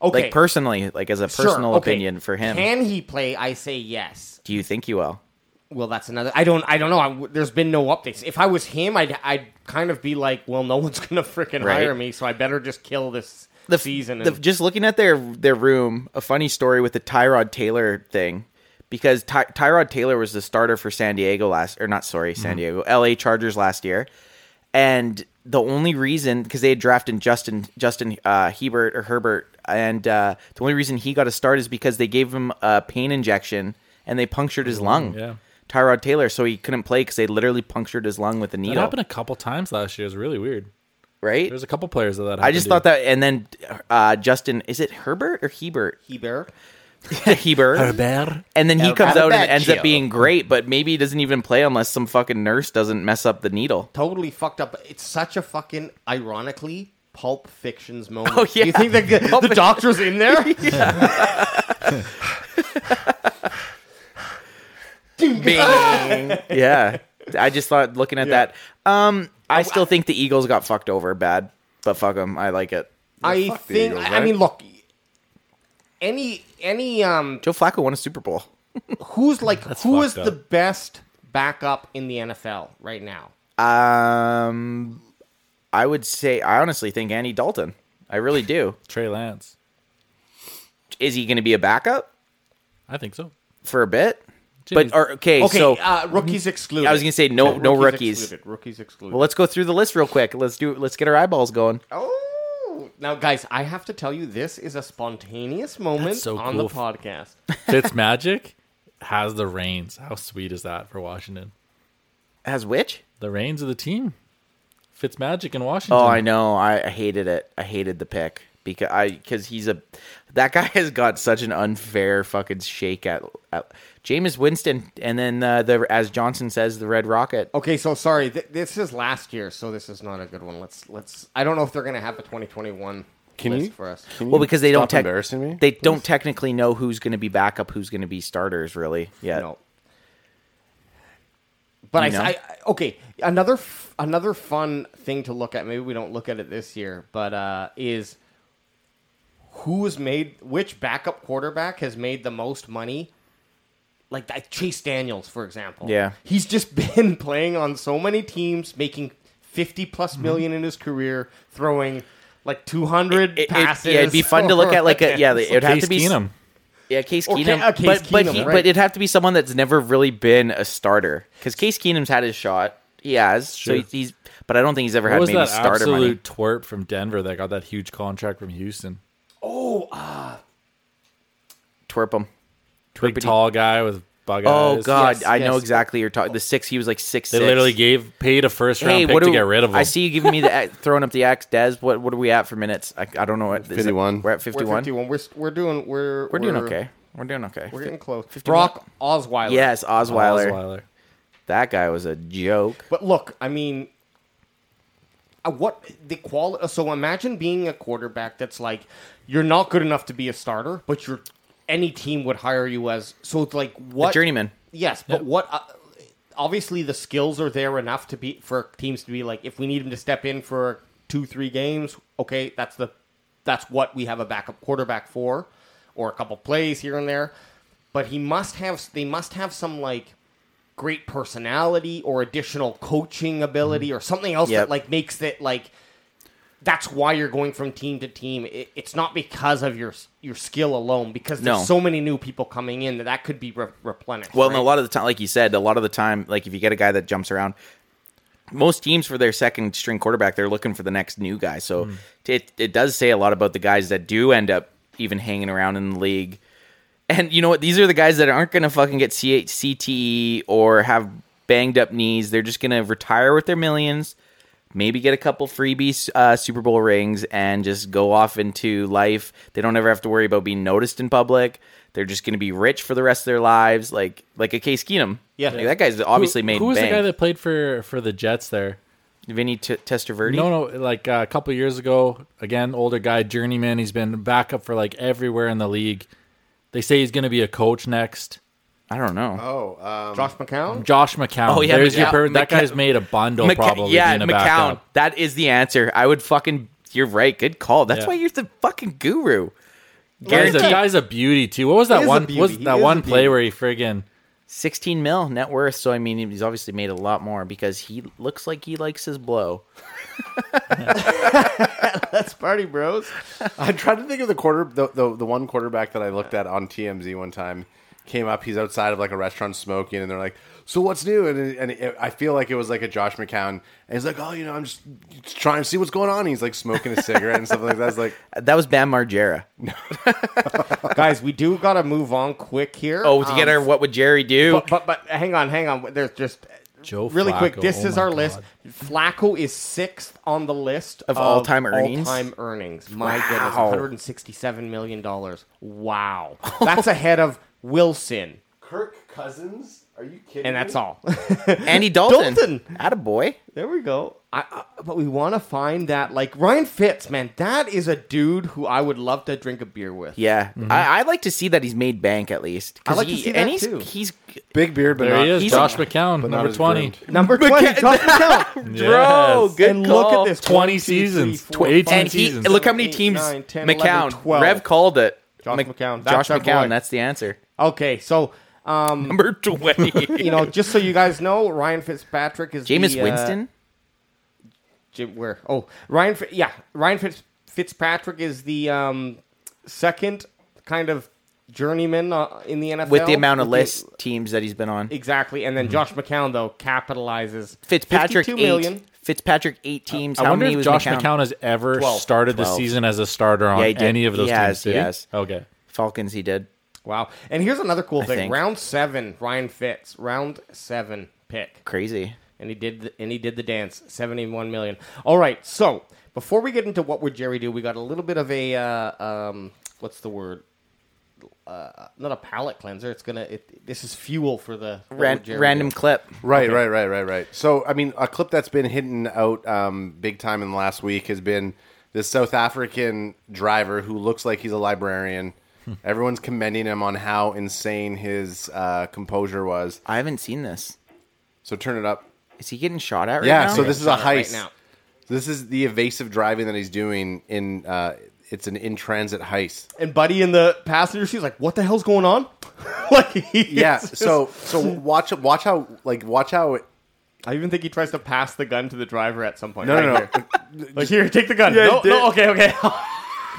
oh, okay.
Like personally, like as a
Sure,
personal
okay.
opinion for him,
Can he play? I say yes.
do you think he will?
Well, that's another. I don't. I don't know. I, there's been no updates. If I was him, I'd I'd kind of be like, well, no one's gonna freaking
Right.
hire me, so I better just kill this
the f-
season.
the-
And,
just looking at their their room, a funny story with the Tyrod Taylor thing, because Ty- Tyrod Taylor was the starter for San Diego last, or not sorry, San Diego, L.A. Chargers last year, and the only reason because they had drafted Justin Justin uh, Hebert or Herbert, and uh, the only reason he got a start is because they gave him a pain injection and they punctured his lung.
yeah.
Tyrod Taylor, so he couldn't play because they literally punctured his lung with a
It
needle.
happened a couple times last year. It's really weird.
right?
There's a couple players that that.
I just thought that, and then uh, Justin, is it Herbert or Hebert?
Heber.
Hebert.
Herbert.
And then he
El
comes out and ends
Caravaggio.
up being great, but maybe he doesn't even play unless some fucking nurse doesn't mess up the needle.
Totally fucked up. It's such a fucking, ironically, Pulp Fiction's moment.
Oh, yeah.
You think that the, the doctor's in there?
Bing. yeah. I just thought looking at that. Um, I still think the Eagles got fucked over bad, but fuck them. I like it.
I
fuck the
think.
Eagles,
I
right?
mean, look. Any any um
Joe Flacco won a Super Bowl.
who's like who is
fucked
the
up.
best backup in the NFL right now?
Um, I would say I honestly think Andy Dalton. I really do.
Trey Lance.
Is he going to be a backup
I think so.
for a bit? But
Jeez.
or, okay,
Okay,
so
uh, rookies excluded.
I was gonna say, no- no rookies.
Excluded. Rookies excluded.
well, let's go through the list real quick. Let's do. Let's get our eyeballs going.
oh, now guys, I have to tell you, this is a spontaneous moment
so
on
cool.
the podcast.
Fitz Magic has the reins. How sweet is that for Washington?
Has which?
The reins of the team. Fitz Magic in Washington.
Oh, I know. I I hated it. I hated the pick because I because he's a that guy has got such an unfair fucking shake at, at Jameis Winston, and then uh, the as Johnson says, the Red Rocket.
Oh,
Okay, so sorry, th- this is last year, so this is not a good one. Let's let's. I don't know if they're gonna have a 2021
Can
list
you-
for us.
Can
Well,
you
because they don't
stop
tec-
embarrassing me.
They don't technically know who's going to be backup, who's going to be starters, really. Yeah.
No. But I,
You know?
I I- okay. Another f- another fun thing to look at. Maybe we don't look at it this year, but uh, is who has made which backup quarterback has made the most money? Like that Chase Daniels, for example.
Yeah.
he's just been playing on so many teams, making fifty plus
Mm-hmm.
million in his career, throwing like two hundred
It- it-
passes.
yeah, it'd be fun to look at like a yeah. It'd have
Case
to be s-
Keenum.
Yeah, Case
Or Ca-
Keenum.
uh, Case
but but,
Keenum,
he,
right.
but it'd have to be someone that's never really been a starter because Case Keenum's had his shot. He has.
Sure.
So he's. But I don't think he's ever
What
had
was
maybe
that
starter money.
absolute twerp from Denver that got that huge contract from Houston?
Twerp him.
Big
Twerpity.
tall guy with bug
Oh
eyes.
God,
Yes,
I know
yes.
exactly you're talking. The six, he was like six.
They literally gave paid a first round
Hey,
pick
what
to
do,
get rid of him.
I see you giving me the throwing up the axe, Des. What what are we at for minutes? I, I don't know what is it-
51.
We're at
We're
fifty one.
51. We're, st- we're doing we're
We're doing okay. We're doing okay.
We're getting close.
51.
Brock Osweiler.
Yes, Osweiler.
Osweiler.
That guy was a joke.
But look, I mean, uh, what the quality? So imagine being a quarterback that's like, you're not good enough to be a starter, but you're any team would hire you as. So it's like what
journeyman.
Yes, but what? Uh, obviously, the skills are there enough to be for teams to be like, if we need him to step in for two, three games, okay, that's the that's what we have a backup quarterback for, or a couple plays here and there. But he must have. They must have some like great personality or additional coaching ability or something else
Mm-hmm. Yep.
that like makes it like that's why you're going from team to team. It, it's not because of your your skill alone, because there's
No.
so many new people coming in that that could be re- replenished.
Well,
right?
and a lot of the time, like you said, a lot of the time, like if you get a guy that jumps around, most teams for their second string quarterback, they're looking for the next new guy. So
Hmm.
it it does say a lot about the guys that do end up even hanging around in the league. And you know what? These are the guys that aren't going to fucking get C- CTE or have banged up knees. They're just going to retire with their millions, maybe get a couple freebies, uh, Super Bowl rings, and just go off into life. They don't ever have to worry about being noticed in public. They're just going to be rich for the rest of their lives, like like a Case Keenum.
Yeah.
Like, that guy's obviously
who,
made.
Who was
bank.
the guy that played for for the Jets there?
Vinny T- Testaverde?
No, no, like uh, a couple years ago. Again, older guy, journeyman. He's been backup for like everywhere in the league. They say he's going to be a coach next.
I don't know.
Oh, um,
Josh McCown.
Josh McCown.
Oh, yeah,
There's your
McCown-
per- that
McCown-
guy's made a bundle
McCa-
probably.
yeah,
being a
McCown.
backup.
That is the answer. I would fucking. You're right. Good call. That's
Yeah.
why you're the fucking guru.
Guy's a,
Guaranteed.
guy's a beauty too. What was that
is a
one?
beauty.
Was
He
that
is a
one play
beauty.
where he friggin'
16 mil net worth. So, I mean, he's obviously made a lot more because he looks like he likes his blow.
That's Party Bros.
I'm trying to think of the quarter, the, the the one quarterback that I looked at on TMZ one time came up. He's outside of like a restaurant smoking, and they're like, "So what's new?" And, and it, I feel like it was like a Josh McCown, and he's like, "Oh, you know, I'm just trying to see what's going on." And he's like smoking a cigarette and stuff like that. It's like,
Uh, That was Bam Margera.
Guys, we do gotta move on quick here.
Oh, to get
Um,
our what would Jerry do?
But, but but hang on, hang on. There's just
Joe
really quick,
Flacco,
this
oh
is
my
our
God.
list. Flacco is sixth on the list of,
all-time earnings?
All-time earnings. My goodness, one hundred and sixty-seven million dollars. Wow, that's ahead of Wilson,
Kirk Cousins? Are you kidding?
and that's
me?
all.
Andy Dalton.
Dalton.
Attaboy.
there we go. I, I, but we want to find that, like Ryan Fitz, man. That is a dude who I would love to drink a beer with.
Yeah, I, I like to see that he's made bank at least.
I Mm-hmm. like to
he,
see that
and he's,
too.
He's
big beard, but
There
Uh,
not,
he is,
he's
Josh
a-
McCown,
but not
number
as
twenty.
groomed.
Number twenty, Josh McCown.
bro,
Yes.
good
and look
call.
at this
20
One, two,
seasons.
three, four,
Tw- 18
five,
And
six,
he,
seasons.
seven,
look how many
eight,
teams
nine, 10, 11,
McCown
12.
Rev called it.
Josh
Josh
McCown. That's our
McCown.
boy.
That's the answer.
Okay, so um,
Number twenty.
you know, just so you guys know, Ryan Fitzpatrick is
Jameis
the, uh,
Winston.
Jim, where? Oh, Ryan. Fi- Yeah, Ryan Fitz, Fitzpatrick is the um, second kind of journeyman uh, in the NFL
with the amount of
With the-
list teams that he's been on.
Exactly, and then
Mm-hmm.
Josh McCown though capitalizes
Fitzpatrick
52
eight.
million.
Fitzpatrick eight teams.
I
How
wonder
many
if
was
Josh
McCown?
McCown, has ever
Twelve.
started the
Twelve.
season as a starter on
Yeah, he did.
any of
He
those
has,
teams. Did
he
he?
has.
Okay.
Falcons. He did.
Wow, and here's another cool thing:
think.
round seven, Ryan Fitz, round seven pick,
Crazy.
and he did the, and he did the dance, seventy-one million. All right, so before we get into what would Jerry do, we got a little bit of a uh, um, what's the word? Uh, not a palate cleanser. It's gonna. It, this is fuel for the what
Ran-
would Jerry
random
do.
clip.
Right, right, right, right, right. So, I mean, a clip that's been hitting out um, big time in the last week has been this South African driver who looks like he's a librarian. Everyone's commending him on how insane his uh, composure was.
I haven't seen this.
So turn it up.
Is he getting shot at right
yeah.
now?
So this is a heist.
Right now.
This is the evasive driving that he's doing in. Uh, it's an in transit heist.
And Buddy in the passenger, she's like, "What the hell's going on?" like, he
Yeah.
is
So so watch watch how like watch how it,
I even think he tries to pass the gun to the driver at some point.
no
right
no
here.
no
Like here, take the gun. no,
did.
no, okay, okay.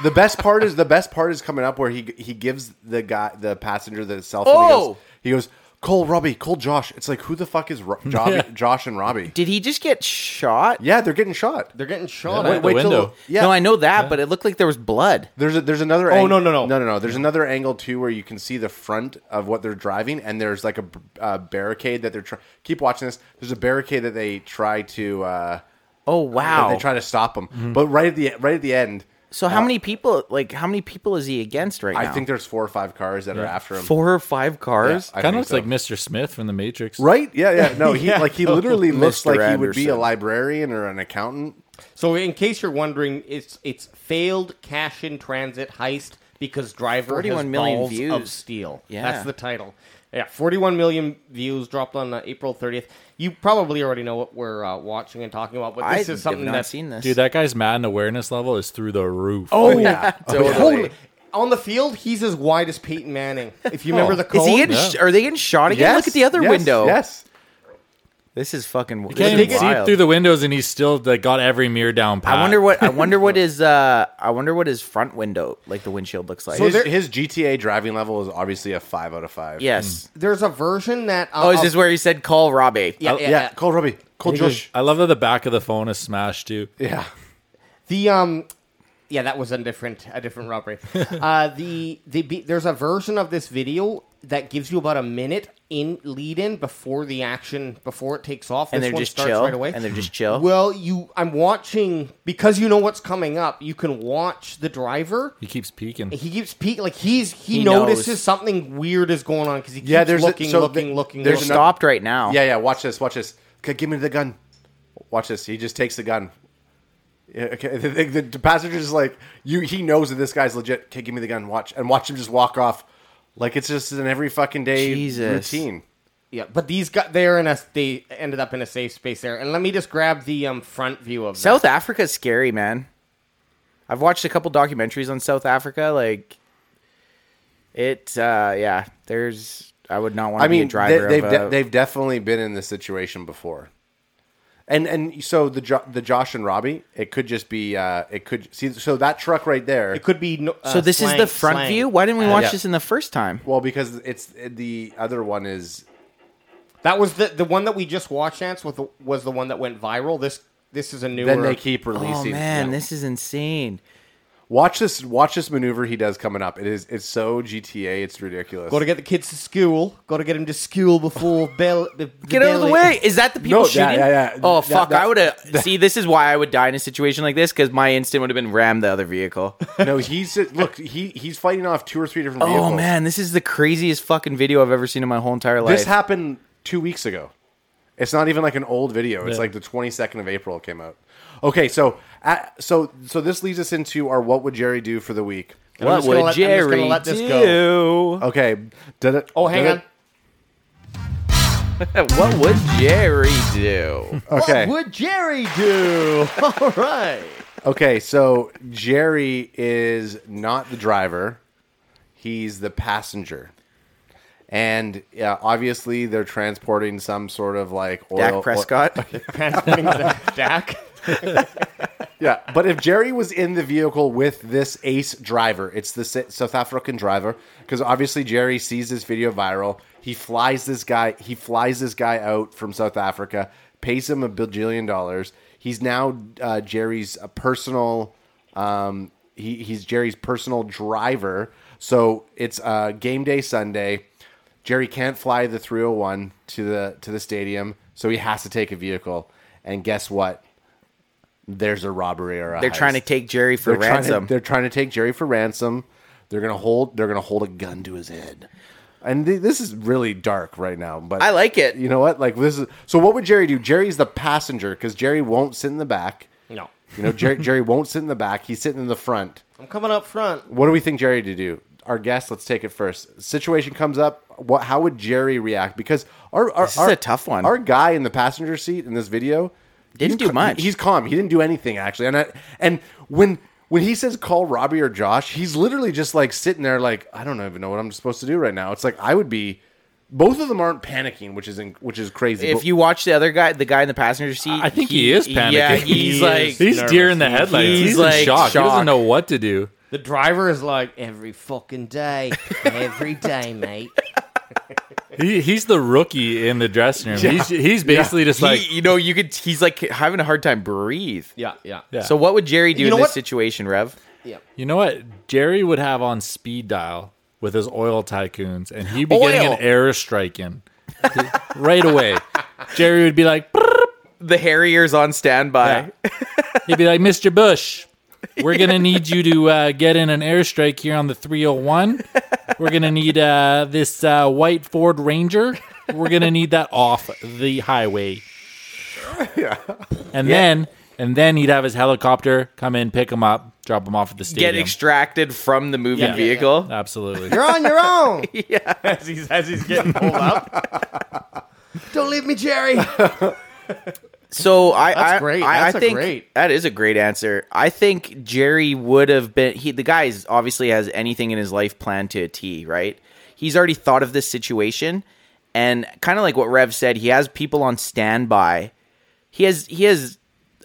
The best part is the best part is coming up where he he gives the guy the passenger the cell phone.
Oh!
He goes, he goes Cole Robbie, Cole Josh. It's like who the fuck is Ro- Job- Josh and Robbie?
Did he just get shot?
Yeah, they're getting shot.
They're getting shot.
Yeah,
at.
wait, wait. window.
yeah.
No, I know that, but it looked like there was blood.
There's a, there's another. Oh
no, no, no.
no no no. There's another angle too where you can see the front of what they're driving, and there's like a b- uh, barricade that they're. Try- Keep watching this. There's a barricade that they try to. Uh,
Oh
that
wow.
they try to stop them, but right at the right at the end.
so how many people? Like how many people is he against right
I
now?
think there's four or five cars that are after him.
four or five cars.
I
Kind
think
of looks
so.
like Mr. Smith from The Matrix.
Right? Yeah, yeah. No, he like he literally looks
Mr.
like he would be a
Anderson.
librarian or an accountant.
So in case you're wondering, it's it's failed cash in transit heist because driver has
41 million
balls
views.
of steel.
Yeah.
that's the title. Yeah, 41 million views dropped on uh, April 30th. You probably already know what we're uh, watching and talking about, but
I
this is something
have not
that's
seen this.
Dude, that guy's Madden awareness level is through the roof.
Oh yeah.
totally.
on the field. He's as wide as Peyton Manning. If you remember the cone,
Oh. Is he getting?
Yeah.
sh Are they getting shot again? Look at the other
yes,
window.
Yes.
This is fucking. This
Can't
is
even see
wild.
through the windows, and he's still like got every mirror down. Pat.
I wonder what I wonder what his uh I wonder what his front window like the windshield looks like.
So
His,
there-
his GTA driving level is obviously a five out of five.
yes.
there's a version that uh,
Oh, is
of-
this where he said call Robbie?
Yeah,
Mm. Uh, Yeah,
yeah, yeah.
Cole Robbie. Cole Josh.
I love that the back of the phone is smashed too.
Yeah.
The um, yeah, that was a different a different robbery. uh, the the be- there's a version of this video that gives you about a minute in lead in before the action before it takes off.
And
this
they're
one
just
starts
chill.
right away.
And they're just chill.
Well, you I'm watching because you know what's coming up. You can watch the driver.
He keeps peeking.
He keeps peek like he's he,
He
notices
knows.
something weird is going on because he keeps
Yeah, there's a-
looking,
so
looking,
the-
looking,
there's
looking.
another-
Stopped right now.
Yeah, yeah. Watch this. Watch this. Okay, give me the gun. Watch this. He just takes the gun. Yeah, okay. The, the, the passenger's like, you. He knows that this guy's legit. Okay, give me the gun. Watch and watch him just walk off, like it's just an every fucking day
Jesus.
routine.
Yeah, but these got there in a they ended up in a safe space there. And let me just grab the um front view of that.
South Africa's scary, man. I've watched a couple documentaries on South Africa. Like it, uh, yeah. There's, I would not want to
I
be a
mean,
driver.
they, have
of
de-
a-
they've definitely been in this situation before, and and so the jo- the Josh and Robbie, it could just be uh, it could see so that truck right there.
It could be. No, uh,
so this
slang-
is the front
slang. Uh,
view. Why didn't we watch
Uh, yeah.
this in the first time?
well, because it's the other one is
That was the the one that we just watched. Chance with the, was the one that went viral. This this is a newer.
then they keep
Oh
releasing.
man,
yeah.
this is insane.
Watch this. Watch this maneuver he does coming up. It is. It's so GTA. It's ridiculous.
Got to get the kids to school. Got to get them to school before bell. The,
Get out of the
bell-
way! Is that the people
No, yeah,
shooting?
yeah, yeah.
Oh
That-
fuck!
that-
I would have. See, this is why I would die in a situation like this because my instinct would have been ram the other vehicle.
no, he's look. He he's fighting off two or three different. Vehicles.
oh man, this is the craziest fucking video I've ever seen in my whole entire life.
This happened two weeks ago. It's not even like an old video. It's
Yeah.
like the twenty second of April it came out. Okay, so at, so so this leads us into our what would Jerry do for the week?
I'm
what
just gonna
would
let- I'm just gonna
Jerry
let this
do?
Okay, did it?
Oh, hang
did
on.
it-
What would Jerry do?
Oh,
Okay,
What would Jerry do? All right.
okay. So Jerry is not the driver; he's the passenger. And yeah, obviously they're transporting some sort of like oil.
Dak Prescott.
Transporting the Dak.
Yeah, but if Jerry was in the vehicle with this ace driver, it's the Sa- South African driver, because obviously Jerry sees this video viral. He flies this guy. He flies this guy out from South Africa, pays him a bajillion dollars. He's now uh, Jerry's uh, personal. Um, he, he's Jerry's personal driver. So it's uh, game day Sunday. Jerry can't fly the 301 to the to the stadium, so he has to take a vehicle. And guess what? There's a robbery or a
They're trying to
heist.
take Jerry for
They're trying to-
ransom.
they're trying to take Jerry for ransom. They're gonna hold. They're gonna hold a gun to his head. And th- this is really dark right now, but
I like it.
You know what? Like this is so. What would Jerry do? Jerry's the passenger because Jerry won't sit in the back.
No.
You know, Jerry, Jerry won't sit in the back. He's sitting in the front.
I'm coming up front.
What do we think Jerry to do? Our guest, let's take it first. Situation comes up. What? How would Jerry react? Because our, our
This is
our-
a tough one.
Our guy in the passenger seat in this video
Didn't do
he's ca-
much.
He's calm. He didn't do anything actually. And I, and when when he says call Robbie or Josh, he's literally just like sitting there like I don't even know what I'm supposed to do right now. It's like I would be. Both of them aren't panicking, which is in, which is crazy.
if
But-
you watch the other guy, the guy in the passenger seat,
I think he, is panicking.
Yeah, he's like
he's deer in the
nervous.
headlights.
He's
He's,
like
in shock. He
shocked.
doesn't know what to do.
The driver is like every fucking day, every day, mate.
He, he's the rookie in the dressing room. He's he's basically just
he-
like
you know, you could. He's like having a hard time breathe.
Yeah, yeah,
Yeah.
So what would Jerry do
You
in
know
this
what?
situation, Rev?
yeah.
you know what Jerry would have on speed dial with his oil tycoons, and he'd be getting
Oil.
an airstrike in right away. Jerry would be like, "Brrr."
The Harrier's on standby.
he'd be like, Mister Bush, we're gonna need you to uh, get in an airstrike here on the 301. We're gonna need uh, this uh, white Ford Ranger. We're gonna need that off the highway. And then and then he'd have his helicopter come in, pick him up, drop him off at the stadium.
Get extracted from the moving
Yeah, yeah,
vehicle.
Absolutely.
You're on your own. yeah. As he's as he's getting pulled up. Don't leave me, Jerry.
So I, I,
great.
I,
That's
I
a
think
great-
that is a great answer. I think Jerry would have been. He, the guy, is obviously has anything in his life planned to a T. Right? He's already thought of this situation, and kind of like what Rev said, he has people on standby. He has, he has,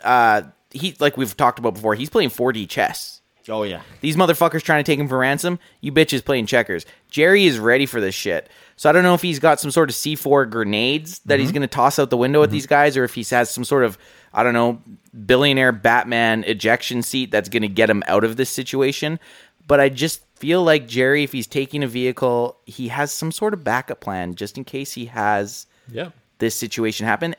uh, he like we've talked about before. He's playing 4D chess.
Oh yeah.
These motherfuckers trying to take him for ransom. You bitches playing checkers. Jerry is ready for this shit. So I don't know if he's got some sort of C4 grenades that he's going to toss out the window at these guys, or if he has some sort of I don't know billionaire Batman ejection seat that's going to get him out of this situation. But I just feel like Jerry, if he's taking a vehicle, he has some sort of backup plan just in case he has
yeah.
this situation happen.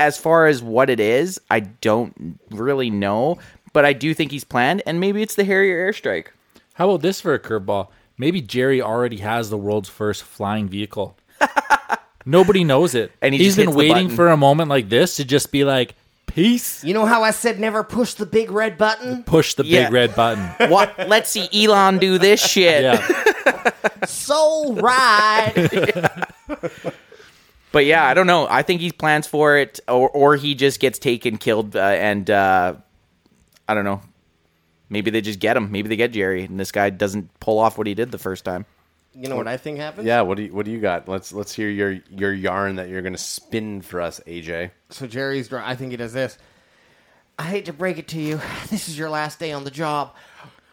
As far as what it is, I don't really know, but I do think he's planned, and maybe it's the Harrier airstrike.
How about this for a curveball? Maybe Jerry already has the world's first flying vehicle. Nobody knows it.
And he
has
just
been
hits the
waiting
button.
for a moment like this to just be like, peace.
You know how I said never push the big red button?
Push the
Yeah.
big red button.
What? Let's see Elon do this shit.
Yeah.
So right.
But yeah, I don't know. I think he plans for it, or or he just gets taken, killed, uh, and uh, I don't know. Maybe they just get him. Maybe they get Jerry, and this guy doesn't pull off what he did the first time.
You know what I think happens?
yeah, what do you, what do you got? Let's let's hear your your yarn that you're going to spin for us, AJ.
So Jerry's dri I think he does this. I hate to break it to you. This is your last day on the job.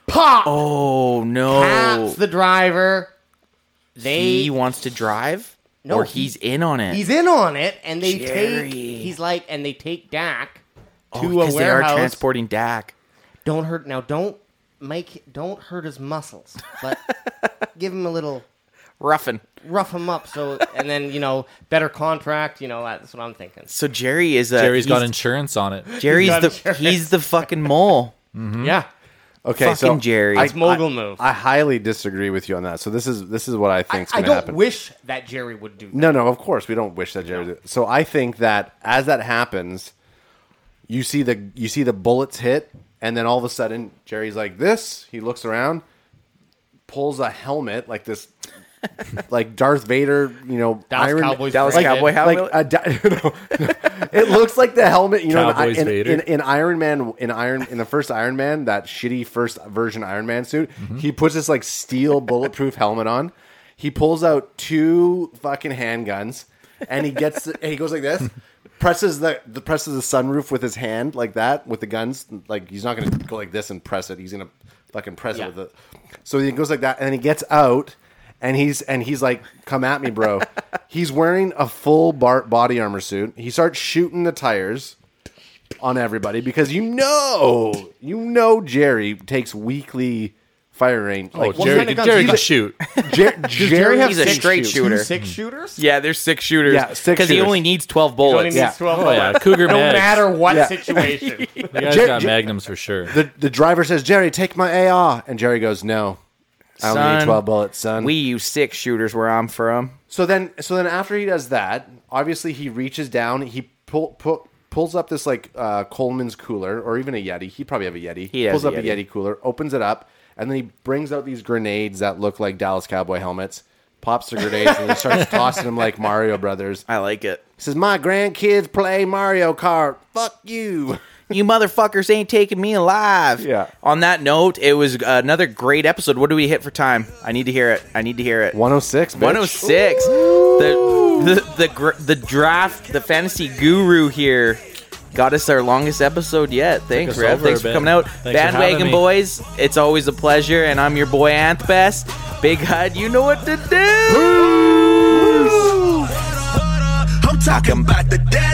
Pop.
Oh no!
That's the driver. They
he wants to drive,
No,
or
he-
he's in on it.
He's in on it, and they
Jerry.
take. He's like, and they take Dak to
Oh,
a
they are
warehouse.
transporting Dak.
don't hurt now. Don't make don't hurt his muscles, but give him a little
Ruffin.
rough him up so and then you know better contract. You know that's what I'm thinking.
So Jerry is a
Jerry's got
he's-
insurance on it.
Jerry's
got
the
insurance.
he's the fucking mole.
Hmm?
Yeah,
Okay,
Fucking
so
Jerry.
I,
It's
mogul
I-
move.
I highly disagree with you on that. So this is this is what I
I,
think's
I
going to
don't
happen.
wish that Jerry would do. That.
No, no, of course we don't wish that Jerry. did. So I think that as that happens, you see the you see the bullets hit, and then all of a sudden Jerry's like this. He looks around, pulls a helmet like this, like Darth Vader, you know,
Dallas
Iron
Cowboys
Dallas
brand
Cowboy
it.
hat.
Like a di- no, no. it looks like the helmet, you know, in,
Cowboys
in,
Vader.
in, in Iron Man, in Iron, in the first Iron Man, that shitty first version Iron Man suit. He puts this like steel bulletproof helmet on. He pulls out two fucking handguns, and he gets. The, and he goes like this, presses the, the presses the sunroof with his hand like that with the guns. Like he's not going to go like this and press it. He's going to fucking press
Yeah.
it with it. So he goes like that, and then he gets out, and he's and he's like, "Come at me, bro." he's wearing a full bar- body armor suit. He starts shooting the tires on everybody because you know, you know, Jerry takes weekly firing. Like
what
Jerry,
kind of guns?
Jerry
He's
can
a-
shoot.
Jer- Jerry has
He's a
six
straight
shoots.
Two
shooter.
six shooters.
Yeah, there's six shooters.
Yeah, six
he
shooters.
only needs twelve
He only
bullets.
needs
Yeah.
12
Oh yeah,
bullets.
Cougar
No
Mags.
matter what
Yeah.
situation.
the guy's
Jer-
got
Jer-
magnums for sure.
The the driver says, "Jerry, take my AR," and Jerry goes, "No." I only need
Son,
twelve bullets, son.
We use six shooters where I'm from.
So then, so then after he does that, obviously he reaches down. He pull, pull, pulls up this like uh, Coleman's cooler or even a Yeti. He probably have a Yeti.
He has
pulls
a
up a
Yeti.
Yeti cooler, opens it up, and then he brings out these grenades that look like Dallas Cowboy helmets. Pops the grenades and he starts tossing them like Mario Brothers.
I like it.
He says, "My grandkids play Mario Kart. Fuck you."
You motherfuckers ain't taking me alive.
Yeah.
On that note, it was uh, another great episode. What do we hit for time? I need to hear it. I need to hear it.
One hundred six.
106. The the the gr- the draft, the fantasy guru here got us our longest episode yet. Thanks,
us
Rev.
over
Thanks
a
for
bit.
coming out.
Thanks for having
Bandwagon
me.
boys, it's always a pleasure and I'm your boy Anth Best. Big Hud, you know what to do.
I'm talking about the day.